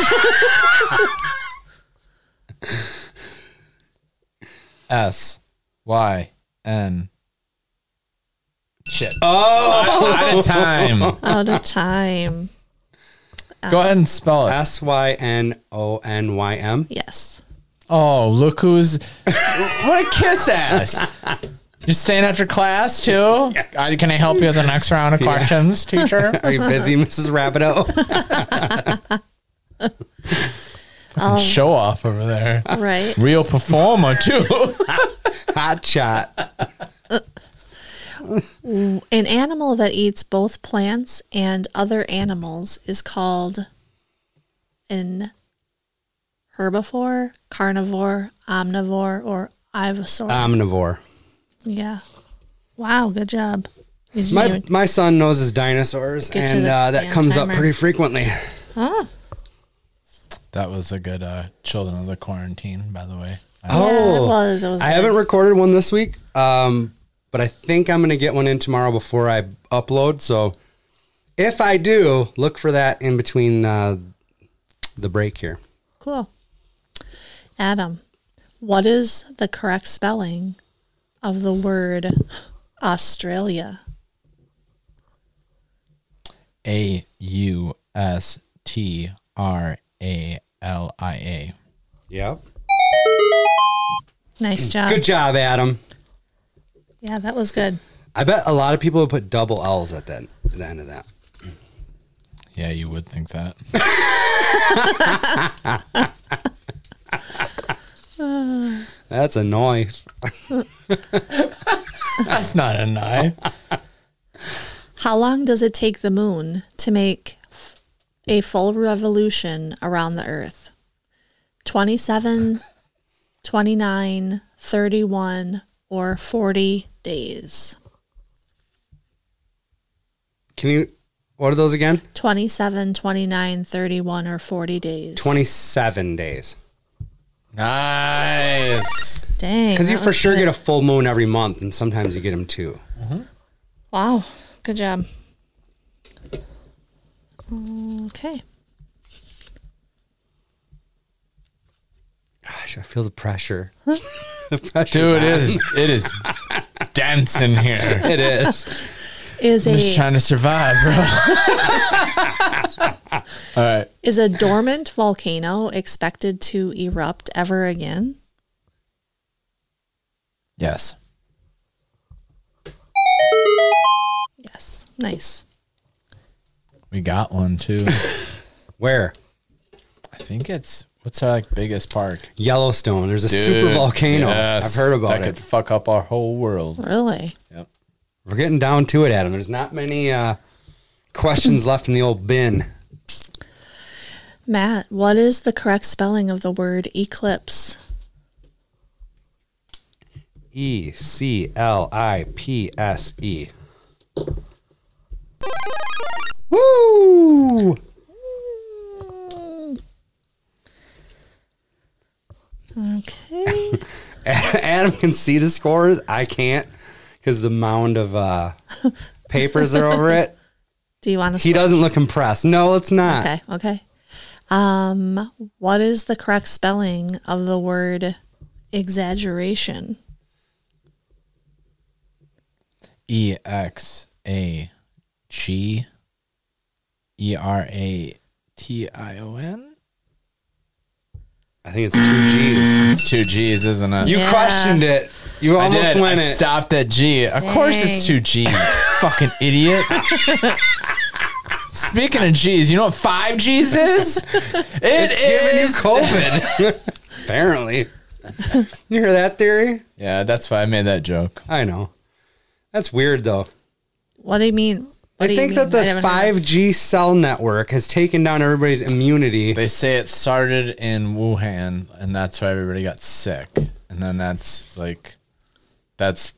S Y N. Shit. Oh, out of time. Out of time. Go ahead and spell it. S Y N O N Y M. Yes. Oh, look who's what a kiss ass. You're staying after class too. Uh, Can I help you with the next round of questions, teacher? Are you busy, Mrs. Rabideau? Show off over there. All right. Real performer too. Hot shot. An animal that eats both plants and other animals is called an herbivore, carnivore, omnivore, or ivosaur. Omnivore. yeah. Wow, good job. You didn't My even- my son knows his dinosaurs, Get to and the uh, that damn comes up timer. pretty frequently. Huh. that was a good uh, Children of the Quarantine, by the way. I- Yeah, it Oh, was. It was I haven't recorded one this week, um, but I think I'm gonna get one in tomorrow before I upload. So if I do, look for that in between uh, the break here. Cool. Adam, what is the correct spelling of the word Australia? A U S T R A L I A. Yep. Nice job. Good job, Adam. Yeah, that was good. I bet a lot of people would put double L's at that at the end of that. Yeah, you would think that. That's a noise. That's not a knife. How long does it take the moon to make a full revolution around the earth? 27, 29, 31, or 40 days? Can you? What are those again? 27, 29, 31, or 40 days? Twenty-seven days. Nice. Dang. Because you that for was sure good. get a full moon every month, and sometimes you get them too. Wow. Good job. Okay. Gosh, I feel the pressure. the pressure, Dude, it is it is dense in here. It is. Is I'm just a trying to survive, bro. All right. is a dormant volcano expected to erupt ever again? Yes. Yes. Nice. We got one too. Where I think it's what's our like biggest park? Yellowstone. There's a super volcano. I've heard about that it. could fuck up our whole world. Really? Yep. We're getting down to it, Adam. There's not many uh, questions left in the old bin. Matt, what is the correct spelling of the word eclipse? E C L I P S E. Woo! Okay. Adam can see the scores. I can't because the mound of uh, Papers are over it. Do you want to? He doesn't look impressed. No, it's not. Okay. Okay. Um, what is the correct spelling of the word exaggeration? E X A G E R A T I O N. I think it's two G's. It's two G's, isn't it? You Yeah. questioned it. You I almost did. I went it. stopped at G. Of course, it's two G's. Fucking idiot. Speaking of G's, you know what five G's is? it's Giving you COVID. Apparently. You hear that theory? yeah, that's why I made that joke. I know. That's weird though. What do you mean? What I do you think mean? that I the haven't heard this. 5G cell network has taken down everybody's immunity. They say it started in Wuhan, and that's why everybody got sick. And then that's like, that's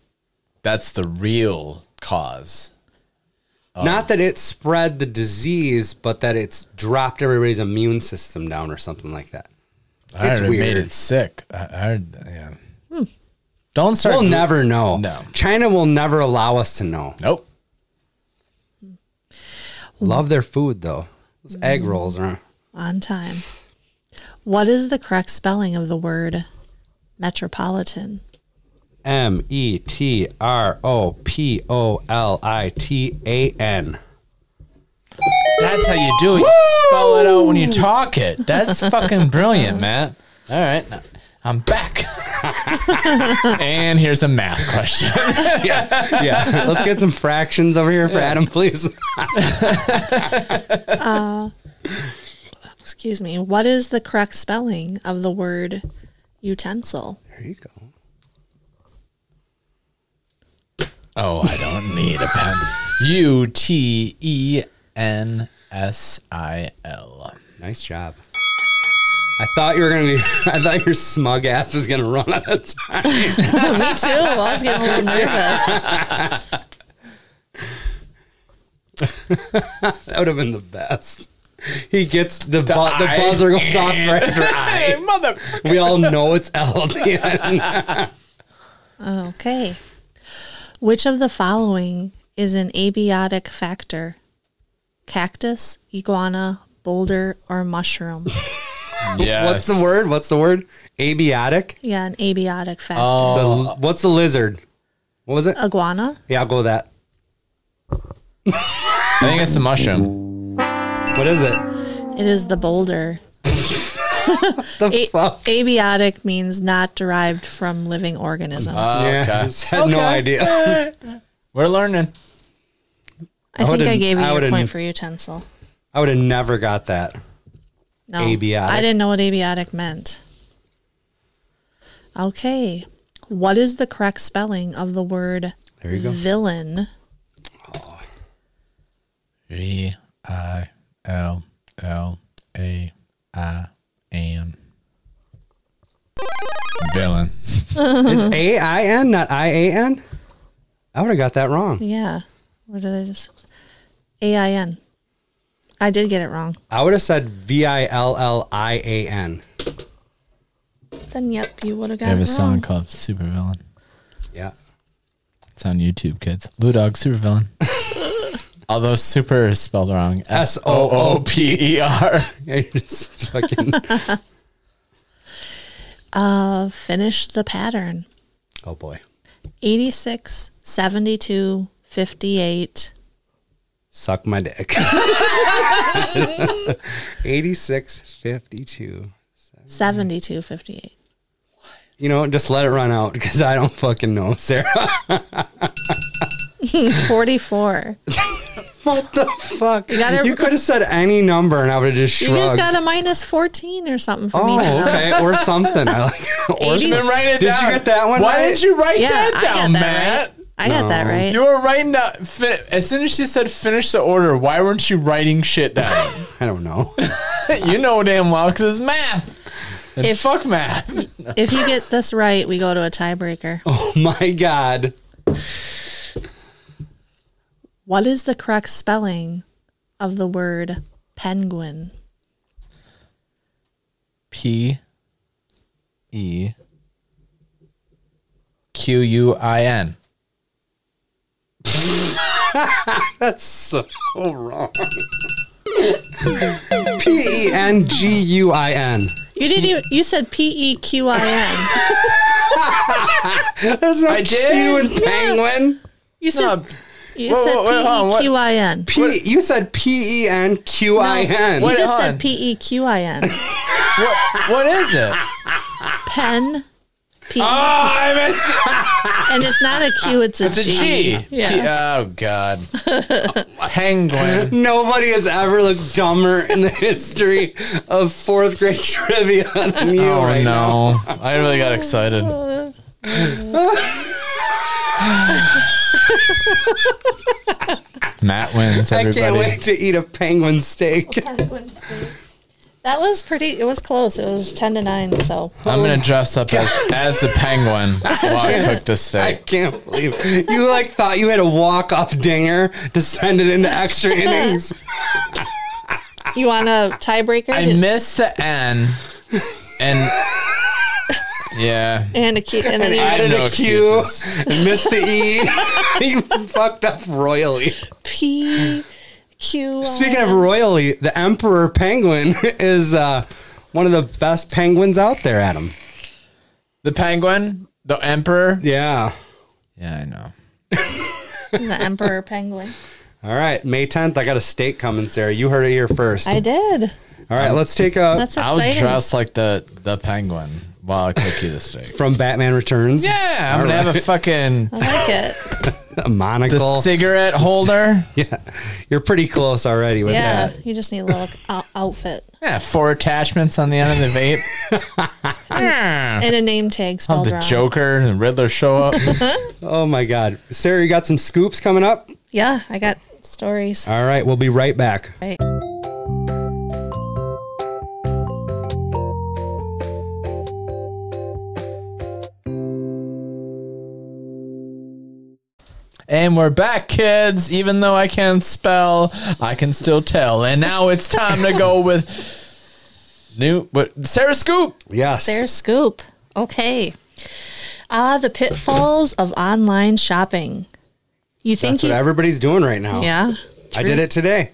that's the real cause. Oh. Not that it spread the disease, but that it's dropped everybody's immune system down or something like that. I It's already made weird. Hmm. it sick. I, I yeah. Don't start. We'll Goo- never know. No. China will never allow us to know. Nope. Hmm. Love their food though. Those egg rolls are On time. What is the correct spelling of the word metropolitan? M E T R O P O L I T A N. That's how you do it. You spell it out when you talk it. That's fucking brilliant, Matt. All right, now, I'm back. and here's a math question. Yeah. Let's get some fractions over here for Adam, please. Excuse me. What is the correct spelling of the word utensil? There you go. oh, I don't need a pen. U T E N S I L. Nice job. I thought you were gonna be. I thought your smug ass was gonna run out of time. Me too. Well, I was getting a little nervous. That would have been the best. He gets the, bu- the I. buzzer goes off right after I. mother. We all know it's L at the end. Okay. Which of the following is an abiotic factor? Cactus, iguana, boulder, or mushroom? What's the word? What's the word? Abiotic. Yeah, an abiotic factor. The, what's the lizard? What was it? Iguana? Yeah, I'll go with that. I think it's a mushroom. What is it? It is the boulder. The A- fuck? abiotic means not derived from living organisms. yeah, okay. I just had no Okay. idea. We're learning. I think I would've- gave you I your would've- point for utensil. I would have never got that. No, Abiotic. I didn't know what abiotic meant. Okay, what is the correct spelling of the word There you go. villain? V I L L A I N. Villain. It's A I N, not I A N. I would have got that wrong. Yeah, what did I just? A I N. I did get it wrong. I would have said V I L L I A N. Then yep, you would have They got have a it wrong. song called Super Villain. Yeah. It's on YouTube, kids. Blue Dog Super Villain. Although super is spelled wrong. S O O P E R. Yeah, you're just fucking. Uh, finish the pattern. oh boy. 86, 72, 58. Suck my dick. 86, 52. 72, 58. You know, just let it run out because I don't fucking know, Sarah. 44. what the fuck? You, gotta- could have said any number and I would have just You guys shrugged. got a minus 14 or something for oh, me. to know. okay. Or something. I like or Eighty- something. Then write it Did down. you get that one? Why right? did you write Yeah, that I down, got that Matt? right. I got that right. You were writing down. Fi- as soon as she said finish the order, why weren't you writing shit down? I don't know. you know damn well because it's math. And If- fuck math. if you get this right, we go to a tiebreaker. oh my God. What is the correct spelling of the word penguin? P E Q U I N. That's so wrong. P E N G U I N. You didn't. Even, you said P E Q I N. There's no I Q did? in penguin. You said No, you whoa, said whoa, wait, hold on, P what- E Q I N. P. You said P E N Q I N. You Wait, just hold on. said P E Q I N. what, what is it? Pen. P. E I missed it. and it's not a Q. It's a G. Ah! It's a G. Yeah. P- oh God. Penguin. Nobody has ever looked dumber in the history of fourth grade trivia than you Oh right now. no! I really got excited. Matt wins. I can't wait to eat a penguin steak. That was pretty. It was close. It was ten to nine. So I'm gonna dress up as as the penguin while I cook the I steak. can't believe you like thought you had a walk off dinger to send it into extra innings. you want a tiebreaker I missed the N, and yeah, and a Q. And then you I had have Added no a Q, excuses. and missed the E. you fucked up royally. P Q. Speaking of royally, the Emperor Penguin is uh, one of the best penguins out there, Adam. the penguin, the emperor. Yeah. Yeah, I know. the Emperor Penguin. All right, May 10th, I got a steak coming, Sarah. You heard it here first. I did. All right, let's take a That's I'll exciting. dress like the the penguin while I cook you the steak. from Batman Returns. Yeah, I'm gonna have a fucking I like it. A the monocle. cigarette holder. yeah. You're pretty close already with Yeah, that. you just need a little ou- outfit Yeah, four attachments on the end of the vape. Uh, Yeah. and a name tag Have spelled the wrong. Joker and the Riddler show up. Oh my god. Sarah, you got some scoops coming up? Yeah, I got stories. All right, we'll be right back. Right. and we're back, kids. Even though I can't spell, I can still tell. And now it's time to go with new but Sarah Scoop. Yes. Their scoop. Okay. Ah, the pitfalls of online shopping. You think That's what you? everybody's doing right now. yeah. I did it today.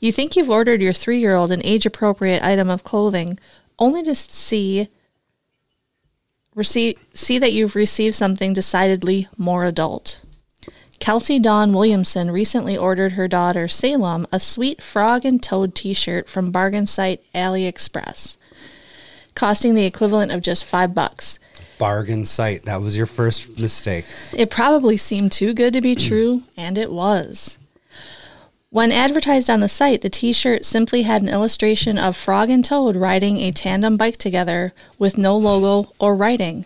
You think you've ordered your three year old an age appropriate item of clothing only to see receive, see that you've received something decidedly more adult. Kelsey Dawn Williamson recently ordered her daughter Salem a sweet frog and toad t shirt from bargain site AliExpress, costing the equivalent of just five bucks. Bargain site. That was your first mistake. It probably seemed too good to be true, and it was. When advertised on the site, the t shirt simply had an illustration of Frog and Toad riding a tandem bike together with no logo or writing.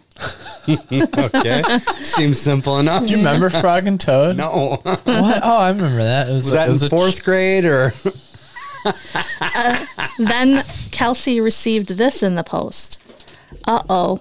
Okay. Seems simple enough. You remember Frog and Toad? No. Was What? Oh, I remember that. It was, that it was in a tr- fourth grade or Then Kelsey received this in the post Uh oh.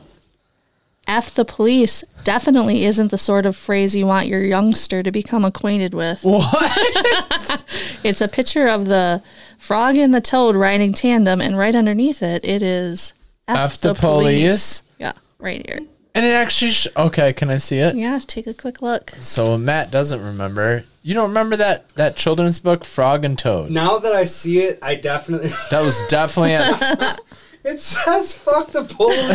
F the police definitely isn't the sort of phrase you want your youngster to become acquainted with. What? It's a picture of the frog and the toad riding tandem, and right underneath it, it is F, F the police. Yeah, right here. And it actually. Sh- okay, can I see it? Yeah, take a quick look. So Matt doesn't remember. You don't remember that that children's book Frog and Toad? Now that I see it, I definitely That was definitely a, It says fuck the police.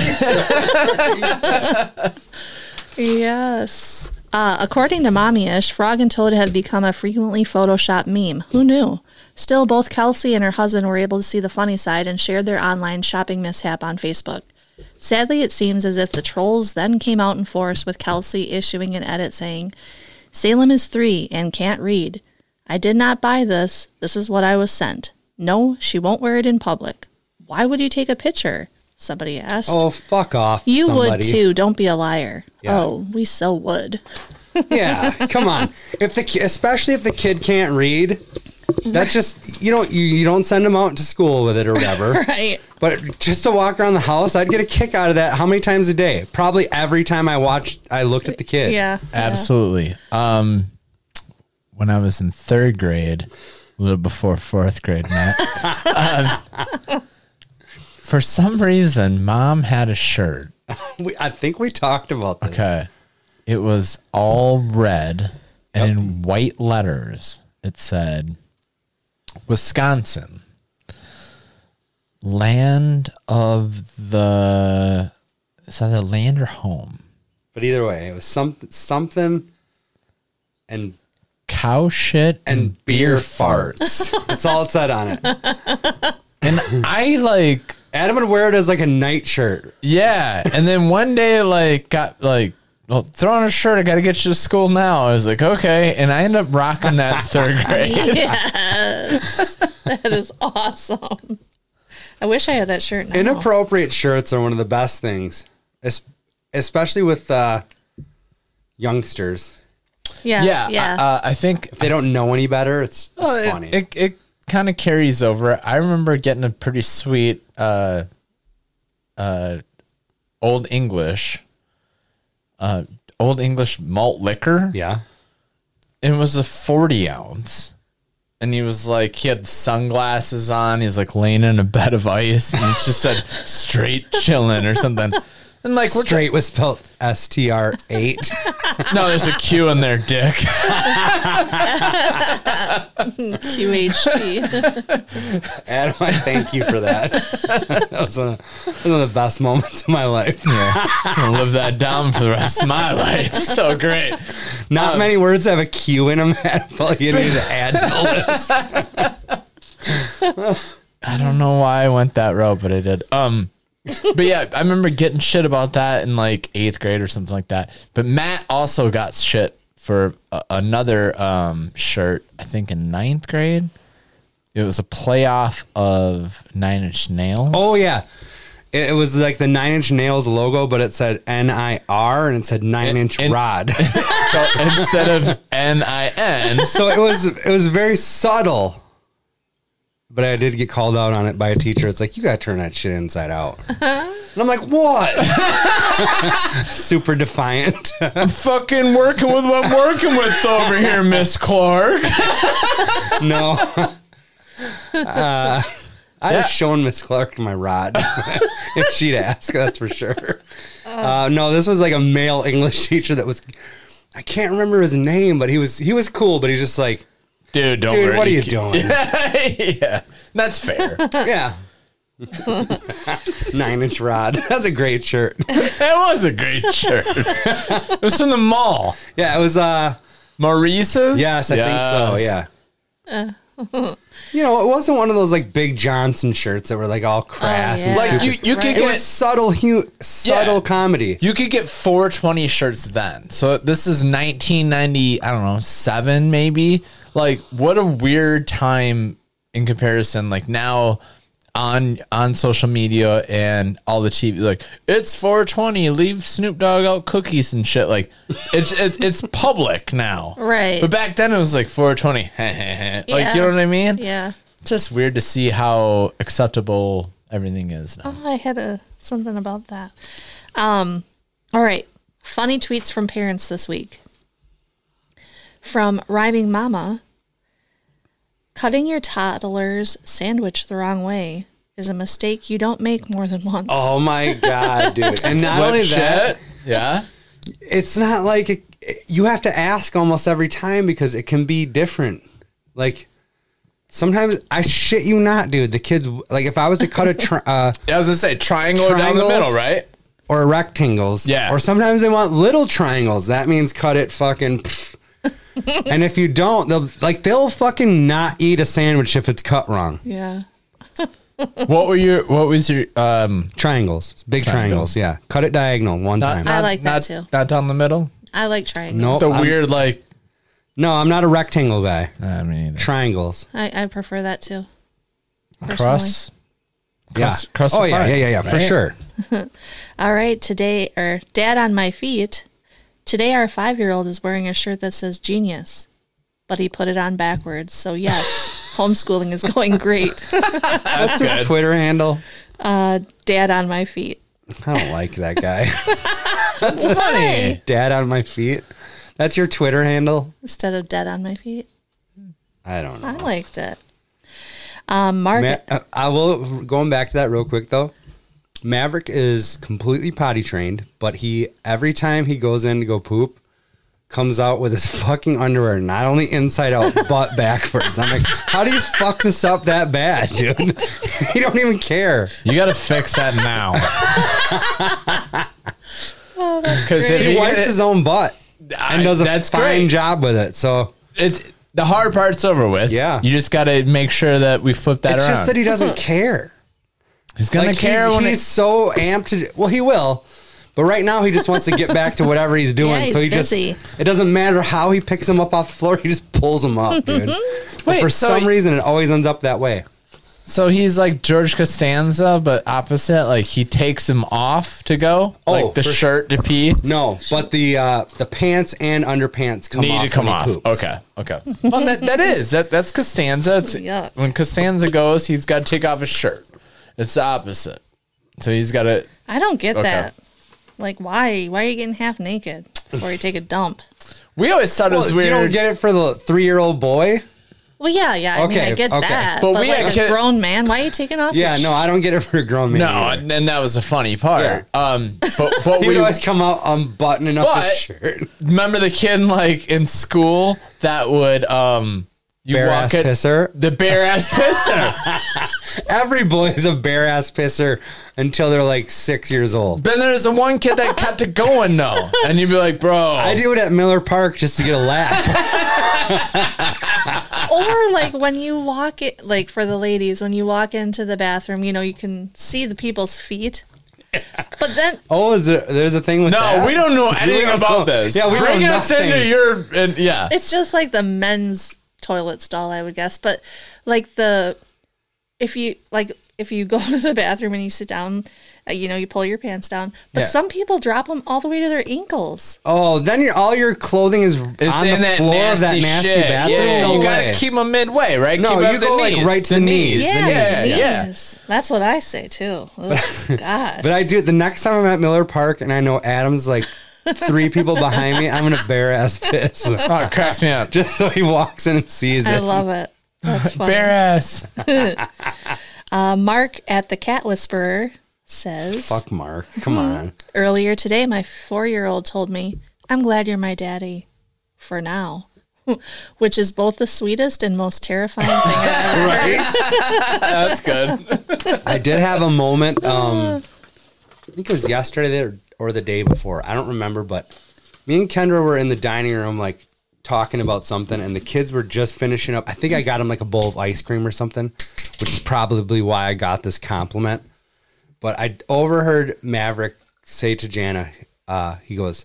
Yes. Uh, according to Mommyish, Frog and Toad had become a frequently photoshopped meme. Who knew? Still, both Kelsey and her husband were able to see the funny side and shared their online shopping mishap on Facebook. Sadly, it seems as if the trolls then came out in force with Kelsey issuing an edit saying, Salem is three and can't read. I did not buy this. This is what I was sent. No, she won't wear it in public. Why would you take a picture? Somebody asked. oh, fuck off. You would somebody. too. Don't be a liar. Oh, we so would. Yeah, come on. If the ki- especially if the kid can't read, that's just you don't you, you don't send them out to school with it or whatever. Right. But just to walk around the house, I'd get a kick out of that. How many times a day? Probably every time I watched, I looked at the kid. Yeah. absolutely. Um, when I was in third grade, a little before fourth grade, Matt. um, for some reason, mom had a shirt. we, I think we talked about this. Okay, it was all red and in white letters it said Wisconsin land of the is that the land or home But either way, it was some, something and cow shit and, and beer farts. That's all it said on it. and I like Adam would wear it as like a nightshirt. yeah and then one day like got like well throw on a shirt I got to get you to school now I was like okay and I end up rocking that in third grade Yes. that is awesome. I wish I had that shirt now. Inappropriate shirts are one of the best things, es- especially with uh, youngsters. yeah. yeah Yeah. I, uh, I think If they don't know any better, it's, it's Well, it, funny. It, it kind of carries over. I remember getting a pretty sweet uh, uh, old English, uh, old English malt liquor. yeah. It was a 40 ounce. And he was like, he had sunglasses on. He's like laying in a bed of ice. And it just said straight chilling or something. And like, we're Straight was spelled S T R 8. no, there's a Q in there, dick. QHT. Adam, I thank you for that. that was one of, one of the best moments of my life. I'm going to live that down for the rest of my life. So great. Um, Not many words have a Q in them. Adam. you need to add to the list. I don't know why I went that route, but I did. Um, but yeah, I remember getting shit about that in like eighth grade or something like that. But Matt also got shit for a- another um shirt. I think in ninth grade, it was a playoff of Nine Inch Nails. Oh yeah. It, it was like the Nine Inch Nails logo, but it said N I R and it said Nine Inch and- Rod. so instead of N I N, so it was it was very subtle. But I did get called out on it by a teacher. It's like you gotta turn that shit inside out. and I'm like, what? Super defiant. fucking working with what I'm working with over here, Miss Clark. no. Uh, I'd Yeah. have shown Miss Clark my rod if she'd asked, that's for sure. Uh, no, this was like a male English teacher that was, I can't remember his name, but he was he was cool, but he's just like, Dude, don't dude, worry. what are you can- doing? yeah, that's fair. Yeah. Nine inch rod. That's a great shirt. That was a great shirt. it was from the mall. Yeah, it was, uh, Maurice's? yes, I think so. Yeah. Uh. You know, it wasn't one of those like big Johnson shirts that were like all crass yeah. and Oh, Like stupid. you, you could Right. it was get subtle hu- subtle comedy. you could get 420 shirts then. So this is 1990, I don't know, 7 maybe. Like what a weird time in comparison like now on on social media and all the TV like it's 420 leave Snoop Dogg out cookies and shit like it's it's, it's public now. Right. But back then it was like 420. like you know what I mean? yeah. It's just weird to see how acceptable everything is now. Oh, I had a something about that. Um, all right. Funny tweets from parents this week. From rhyming mama. Cutting your toddler's sandwich the wrong way is a mistake you don't make more than once. Oh my god, dude! And not Flip only that, shit. yeah. it's not like it, you have to ask almost every time because it can be different. Like sometimes I shit you not, dude. The kids like if I was to cut a tri- uh, I was gonna say triangle down the Triangles. middle, right? or rectangles, Yeah. Or sometimes they want little triangles. That means cut it fucking. pff. and if you don't, they'll like they'll fucking not eat a sandwich if it's cut wrong. Yeah. What were your? What was your? Um, Triangles, big Triangle. triangles. Yeah, cut it diagonal one time. I like that not, too. Not down the middle. I like triangles. No. The I'm- weird, like. no, I'm not a rectangle guy. I mean, Triangles. I, I prefer that too. personally. cross. Cross- yeah. cross oh the yeah, front, yeah, yeah, yeah, for right? sure. All right, today or dad on my feet. Today our five year old is wearing a shirt that says genius, but he put it on backwards. So yes, homeschooling is going great. That's his Twitter handle. Uh, dad on my feet. I don't like that guy. That's funny. Dad on my feet. That's your Twitter handle. Instead of dead on my feet. I don't know. I liked it. Um, Margaret. Ma- uh, I will going back to that real quick though. Maverick is completely potty trained, but he every time he goes in to go poop, comes out with his fucking underwear, not only inside out, but backwards. I'm like, how do you fuck this up that bad, dude? you don't even care. You got to fix that now. oh, Because if He you wipes get it- his own butt and I- does a that's fine great. job with it. So it's the hard part's over with. Yeah. you just got to make sure that we flip that it's around. just that he doesn't care. he's gonna Like, care he's, when he's it's so amped. To, well, he will. But right now, he just wants to get back to whatever he's doing. Yeah, so he he's busy. just, it doesn't matter how he picks him up off the floor, he just pulls him up, dude. but Wait, for so some he- reason, it always ends up that way. so he's like George Costanza, but opposite. Like he takes him off to go, Oh, like the for- shirt to pee. No, but the uh, the pants and underpants come Need off. to come when off. he poops. Okay. Okay. Well, that, that is that. That's Costanza. It's, Yuck. When Costanza goes, he's got to take off his shirt. It's the opposite. So he's got to. I don't get Okay. that. Like, why? Why are you getting half naked before you take a dump? We always thought it was Well, weird. You don't get it for the three year old boy. Well, yeah, yeah. I mean, Okay, I get okay. that. But But, we- like okay. a grown man, why are you taking off? Yeah, your no, I don't get it for a grown man. no, either. and, and that was the funny part. Um, but but he we would always come out unbuttoning up But- his shirt. remember the kid like in school that would um you Bare ass in- pisser. the bare ass pisser. Every boy is a bare ass pisser until they're like six years old. then there's the one kid that kept it going though, and you'd be like, bro, I do it at Miller Park just to get a laugh. or like when you walk it like for the ladies when you walk into the bathroom you know you can see the people's feet but then oh, is there, there's a thing with No, that? we don't know anything don't about know. this. Yeah, we bring know us nothing. into your and yeah. it's just like the men's toilet stall i would guess but like the if you like if you go to the bathroom and you sit down uh, you know you pull your pants down but Yeah. some people drop them all the way to their ankles Oh, then your, all your clothing is on the floor of that nasty shit. bathroom. Yeah, No you way. gotta keep them midway, right? No, keep you up the go, like, knees. right to the knees. the yeah, knees. the yeah. knees. that's what i say too Ugh, god But I do the next time I'm at Miller Park and I know Adam's like three people behind me, I'm gonna bare ass piss Oh, it cracks me up. just so he walks in and sees i it. love it that's funny. Bare ass. Uh, Mark at the Cat Whisperer says, Fuck Mark, come Mm-hmm. on. Earlier today, my four year old told me, I'm glad you're my daddy for now, which is both the sweetest and most terrifying thing I've ever heard. That's good. I did have a moment. Um, I think it was yesterday or, or the day before. I don't remember, but me and Kendra were in the dining room, like talking about something, and the kids were just finishing up. I think I got them like a bowl of ice cream or something, which is probably why I got this compliment. But I overheard Maverick say to Jana, uh, he goes,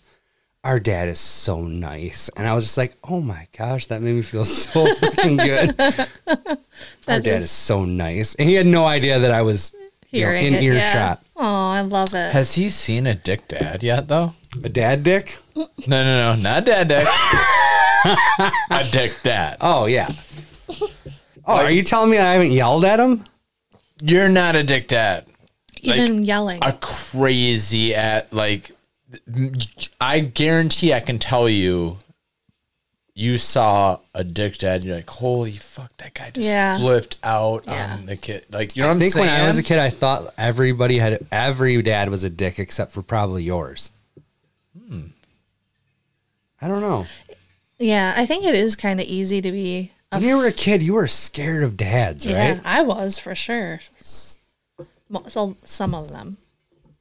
our dad is so nice. And I was just like, oh my gosh, that made me feel so freaking good. Our dad is, is- so nice. And he had no idea that I was you know, Hearing in it, earshot. Yeah. Oh, I love it. Has he seen a dick dad yet though? A dad dick? No, no, no, not dad dick. a dick dad. Oh, yeah. Oh, are you telling me I haven't yelled at him? You're not a dick dad. Even yelling. A crazy at like. I guarantee I can tell you. You saw a dick dad, and you're like, "Holy fuck, that guy just Yeah. flipped out Yeah. on the kid." Like, you know what I I'm think saying? when I was a kid, I thought everybody had, every dad was a dick except for probably yours. Hmm. I don't know. yeah, I think it is kind of easy to be. When you were a kid, you were scared of dads, Yeah, right? I was for sure. S- mo- So, some of them.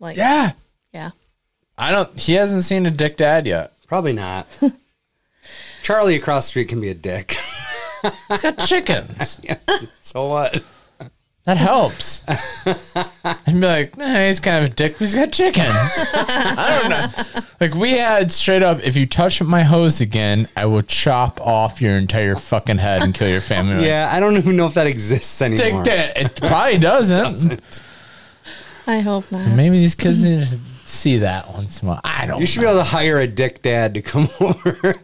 Like, yeah. yeah, I don't. He hasn't seen a dick dad yet. Probably not. Charlie across the street can be a dick. He's got chickens. so what? That helps. And be like, nah, he's kind of a dick, but he's got chickens. I don't know. Like we had straight up, if you touch my hose again, I will chop off your entire fucking head and kill your family. Like, Yeah, I don't even know if that exists dick anymore. dad. It probably doesn't. I hope not. Maybe these kids need to see that once in a while. I don't. You should be able to hire a dick dad to come over.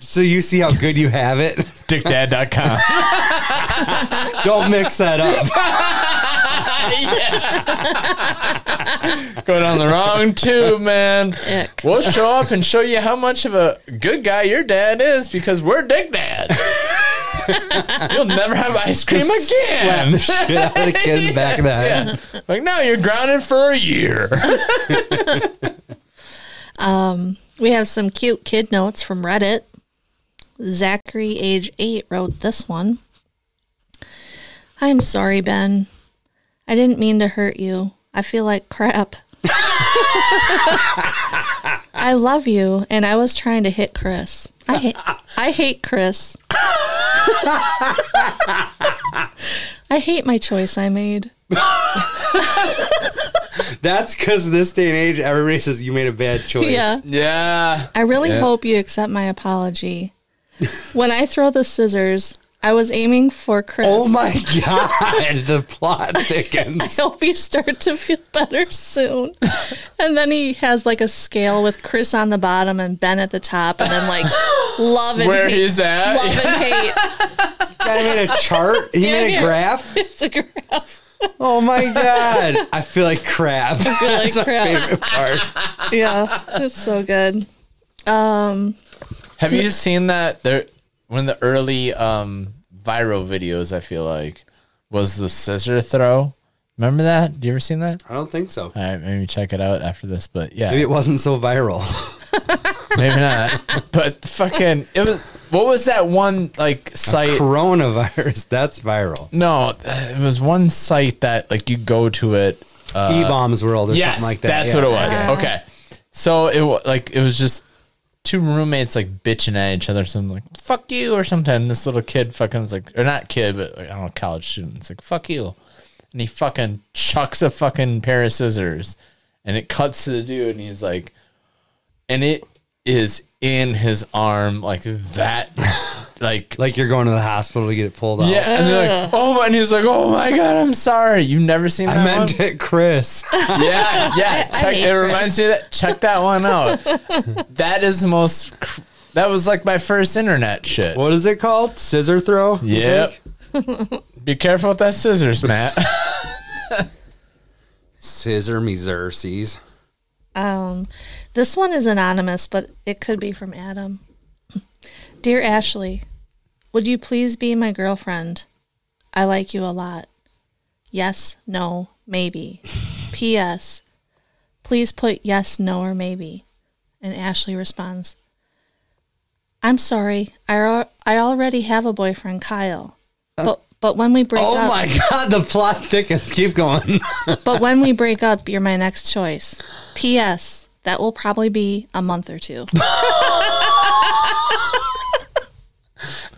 So you see how good you have it. Dickdad.com. Don't mix that up. Going on the wrong tube, man. Ick. We'll show up and show you how much of a good guy your dad is because we're dick dads. You'll never have ice cream Slap again. the shit out of the kid in the back of the head. Yeah. Like, no, you're grounded for a year. We have some cute kid notes from Reddit. Zachary, age eight, wrote this one. I'm sorry, Ben. I didn't mean to hurt you. I feel like crap. I love you, and I was trying to hit Chris. I hate, I hate Chris. I hate my choice I made. That's because this day and age, everybody says you made a bad choice. Yeah. Yeah. I really hope you accept my apology. when I throw the scissors, I was aiming for Chris. Oh my god, the plot thickens. I hope you start to feel better soon. and then he has like a scale with Chris on the bottom and Ben at the top, and then like love and Where hate. he's at. love and hate. guy made a chart. He made a yeah. graph. It's a graph. Oh my god, I feel like crap. I feel like That's crap. my favorite part. Yeah, it's so good. Have you seen that? There, one of the early um, viral videos. I feel like was the scissor throw. Remember that? Do you ever seen that? I don't think so. All right, maybe check it out after this. But yeah, Maybe maybe, it wasn't so viral. not. But fucking, it was. What was that one like site? Coronavirus, that's viral. no, it was one site that like you go to it. e bombs world or Uh, Yes, something like that. that's yeah. what it was. Okay, so it wa- like it was just two roommates like bitching at each other. Some like fuck you or something. And This little kid fucking was like, or not kid, but like, I don't know, college student. It's like fuck you, and he fucking chucks a fucking pair of scissors, and it cuts to the dude, and he's like, and it is in his arm like that, like Like you're going to the hospital to get it pulled out. yeah, and they're like, oh my, and he's like, oh my god, I'm sorry, you've never seen that I one? meant it, Chris. Yeah, yeah. I check, hate it reminds me of that. Check that one out. that is the most. cr- That was like my first internet shit. what is it called? Scissor throw? I Yep. think? Be careful with that scissors, Matt. Scissor me Xerxes. Um, this one is anonymous, but it could be from Adam. Dear Ashley, would you please be my girlfriend? I like you a lot. Yes, no, maybe. P.S. Please put yes, no, or maybe. And Ashley responds, I'm sorry. I, al- I already have a boyfriend, Kyle. But, but when we break Uh. Oh up, my god, the plot thickens. Keep going. but when we break up, you're my next choice. P.S. That will probably be a month or two.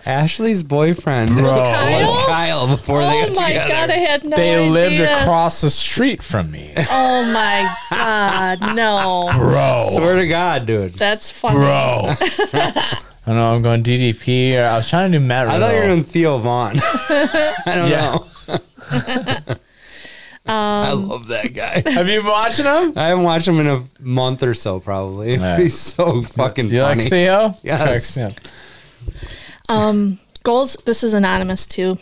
Ashley's boyfriend was Kyle? Kyle before they Oh got my together. god, I had no they idea. lived across the street from me, Oh my god, no. bro. Swear to God, dude. That's funny. Bro. I don't know. I'm going DDP. Or I was trying to do Matt. I thought you were Riddle. doing Theo Vaughn. I don't Yeah. know. Um, I love that guy. Have you been watching him? I haven't watched him in a month or so, probably. Yeah. He's so fucking You like funny. Theo? Yes. Yeah. Goals this is anonymous too.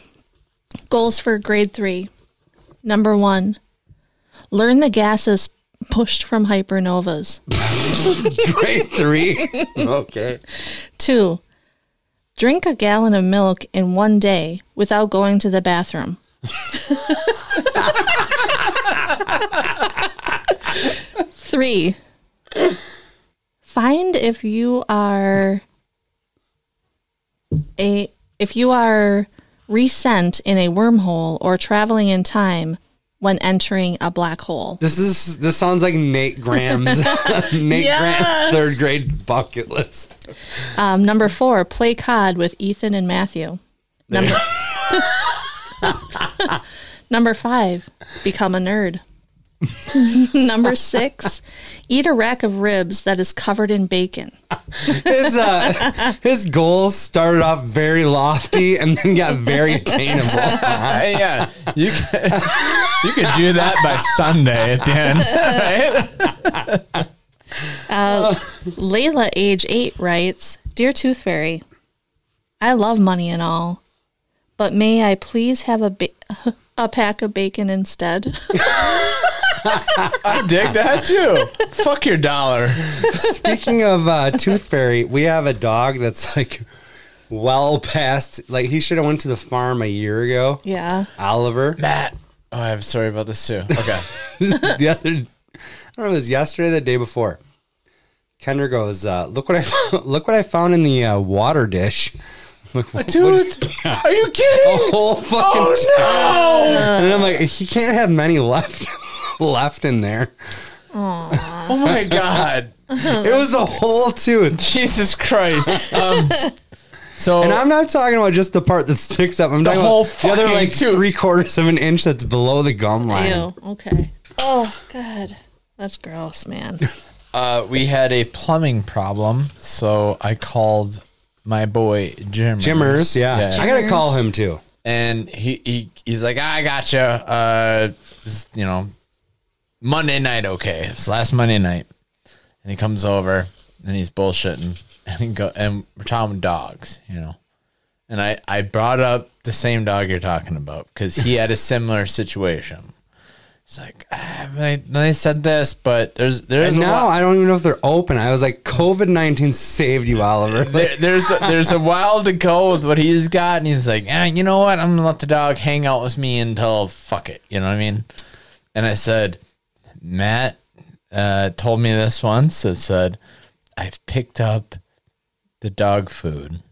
Goals for grade 3. Number 1. Learn the gases pushed from hypernovas. Grade three. okay. 2. Drink a gallon of milk in one day without going to the bathroom. Three. Find if you are a if you are resent in a wormhole or traveling in time when entering a black hole. This is this sounds like Nate Graham's Nate Graham's Yes. third grade bucket list. Um, number four, play COD with Ethan and Matthew. Number Number five, become a nerd. number six, eat a rack of ribs that is covered in bacon. His uh, his goals started off very lofty and then got very attainable. Hey, yeah. You could, you could do that by Sunday at the end, right? Layla, age eight, writes Dear Tooth Fairy, I love money and all, but may I please have a, ba- a pack of bacon instead? I dig that too. Fuck your dollar. Speaking of uh, Tooth Fairy, we have a dog that's like well past. Like he should have went to the farm a year ago. yeah. Oliver, Matt. Oh, I'm sorry about this too. Okay. the other, I don't know, it was yesterday, or the day before. Kendra goes, uh, "Look what I found, look what I found in the uh, water dish." Look, what is- are you kidding? Oh, a whole fucking no! and I'm like, he can't have many left left in there. Oh my god. It was a whole tooth. Jesus Christ. Um, so And I'm not talking about just the part that sticks up. I'm talking whole about the other fucking like tooth. three quarters of an inch that's below the gum line. Ew. Okay. Oh God, that's gross, man. uh, we had a plumbing problem, so I called my boy Jim. Jimmers, yeah. I gotta call him too. and he, he he's like, "Ah, I gotcha. Uh, this- you know, Monday night, okay. It's last Monday night, and he comes over and he's bullshitting, and he go and we're talking dogs, you know, and I I brought up the same dog you're talking about because he had a similar situation. It's like ah, they, they said this, but there's there's And a now lot- I don't even know if they're open. I was like, COVID nineteen saved you, Oliver. there, there's a, there's a while to go with what he's got, and he's like, eh, you know what? I'm gonna let the dog hang out with me until fuck it. You know what I mean? And I said, Matt uh, told me this once. It said, I've picked up the dog food.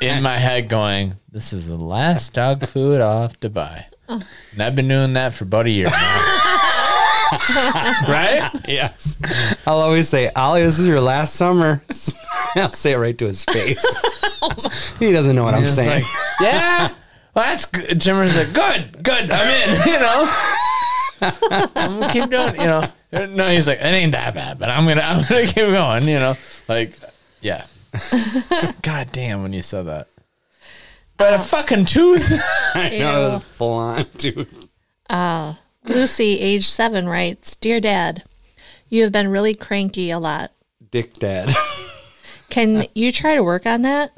In my head, going, this is the last dog food I'll have to buy. And I've been doing that for about a year now. right? yes. I'll always say, Ollie, this is your last summer. I'll say it right to his face. he doesn't know what I'm It's saying. like, yeah, well, that's good. Jimmer's like, good, good, I'm in, you know. I'm gonna keep doing, it, you know. No, he's like, it ain't that bad, but I'm gonna, I'm gonna keep going, you know. Like, yeah. God damn, when you said that. But a fucking tooth. I know, full on, dude. Lucy, age seven, writes, "Dear Dad, you have been really cranky a lot. Dick dad. Can you try to work on that?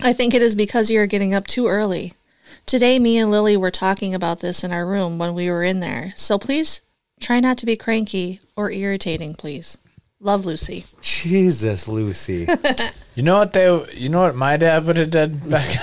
I think it is because you are getting up too early. Today, me and Lily were talking about this in our room when we were in there. So please try not to be cranky or irritating, please. Love, Lucy. Jesus, Lucy. You know what they? You know what my dad would have done back.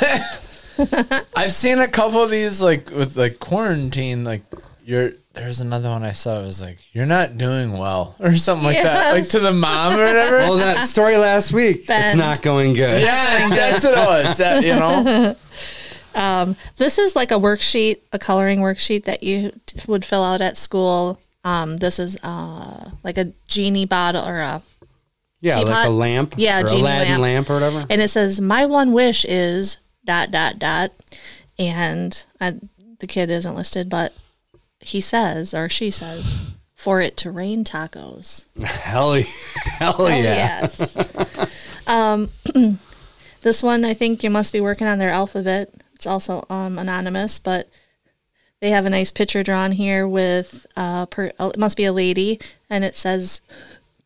then? I've seen a couple of these like with like quarantine. Like you're there's another one I saw. It was like you're not doing well or something like that. Like Yes. to the mom or whatever. well, that story last week, it's Ben. not going good. yes, that's what it was. That, you know. This is like a worksheet, a coloring worksheet that you t- would fill out at school. Um, this is uh, like a genie bottle or a, Yeah, like Teapot? a lamp. Yeah, or genie Aladdin lamp. lamp. or whatever. and it says my one wish is dot dot dot, and I, the kid isn't listed, but he says or she says for it to rain tacos. Hell, yeah. hell Oh, yeah. Yes. um, this one, I think you must be working on their alphabet. It's also um, anonymous, but they have a nice picture drawn here with uh, per, uh, it must be a lady, and it says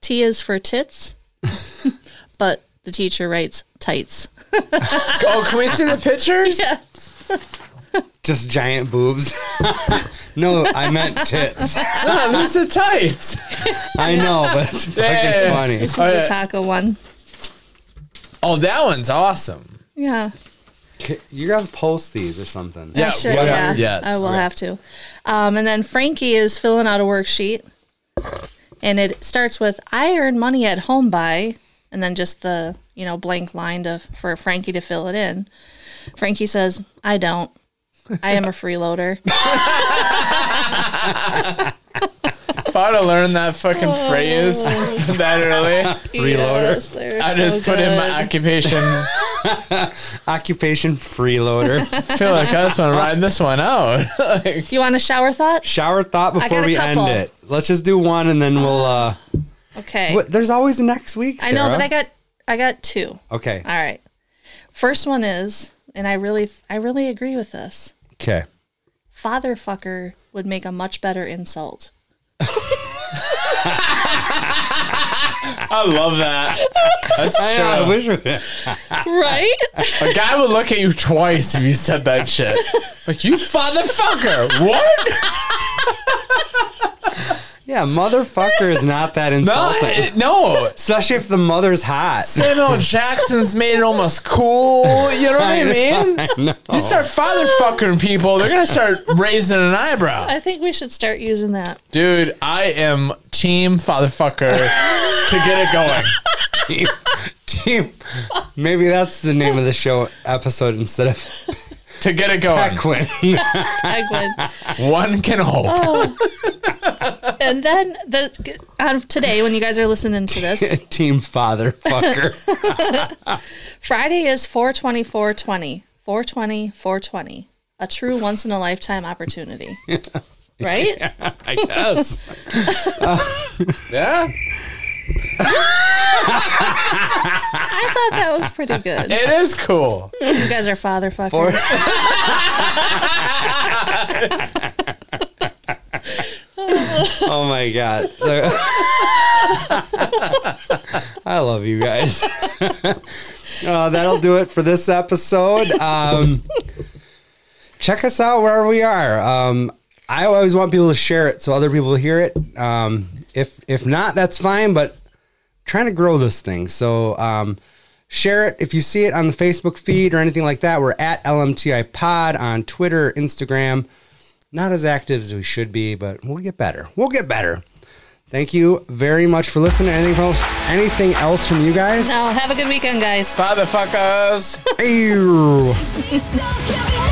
T is for tits, but the teacher writes tights. Oh, can we see the pictures? Yes. Just giant boobs. no, I meant tits. No, there's the tights. I know, but it's fucking Yeah. funny. This is Oh, the yeah. taco one. Oh, that one's awesome. Yeah. K- You gotta post these or something. Yeah, I should, whatever. yeah. Yes. I will Okay. have to. Um, and then Frankie is filling out a worksheet, and it starts with "I earn money at home by," and then just the you know blank line to for Frankie to fill it in. Frankie says, "I don't. I am a freeloader." If I'd have learned that fucking Oh. phrase that early, Freeloader. Yes, they're I so just put in my good. occupation. Occupation freeloader. feel like I just want to ride this one out. Like- you want a shower thought? Shower thought before got a we end couple. it. Let's just do one and then we'll. uh Okay. But there's always next week. I know, but Sarah. I got I got two. Okay. All right. First one is, and I really I really agree with this. Okay. Father fucker would make a much better insult. I love that. That's I true. wish we- Right? A guy would look at you twice if you said that shit. Like you, fatherfucker. What? Yeah, motherfucker is not that No, insulting. it- no. Especially if the mother's hot. Samuel Jackson's made it almost cool. You know what I mean? No. You start father fucking people, they're gonna start raising an eyebrow. I think we should start using that. Dude, I am team fatherfucker to get it going. team, team. Maybe that's the name of the show episode instead of To get it going. Quinn. I would. One can hope. and then the on today when you guys are listening to this, team father fucker. Friday is 420 420 420 420. A true once in a lifetime opportunity. Right? I guess. yeah. I thought that was pretty good. It is cool. You guys are father fuckers. oh my god. I love you guys. uh, that'll do it for this episode. Um, check us out wherever we are. Um, I always want people to share it so other people hear it. Um, if if not, that's fine. But trying to grow this thing, so um, share it if you see it on the Facebook feed or anything like that. We're at LMTI Pod on Twitter, Instagram. Not as active as we should be, but we'll get better. We'll get better. Thank you very much for listening. Anything else? Anything else from you Oh, guys? Now, have a good weekend, guys. Fatherfuckers. Ew. So kill me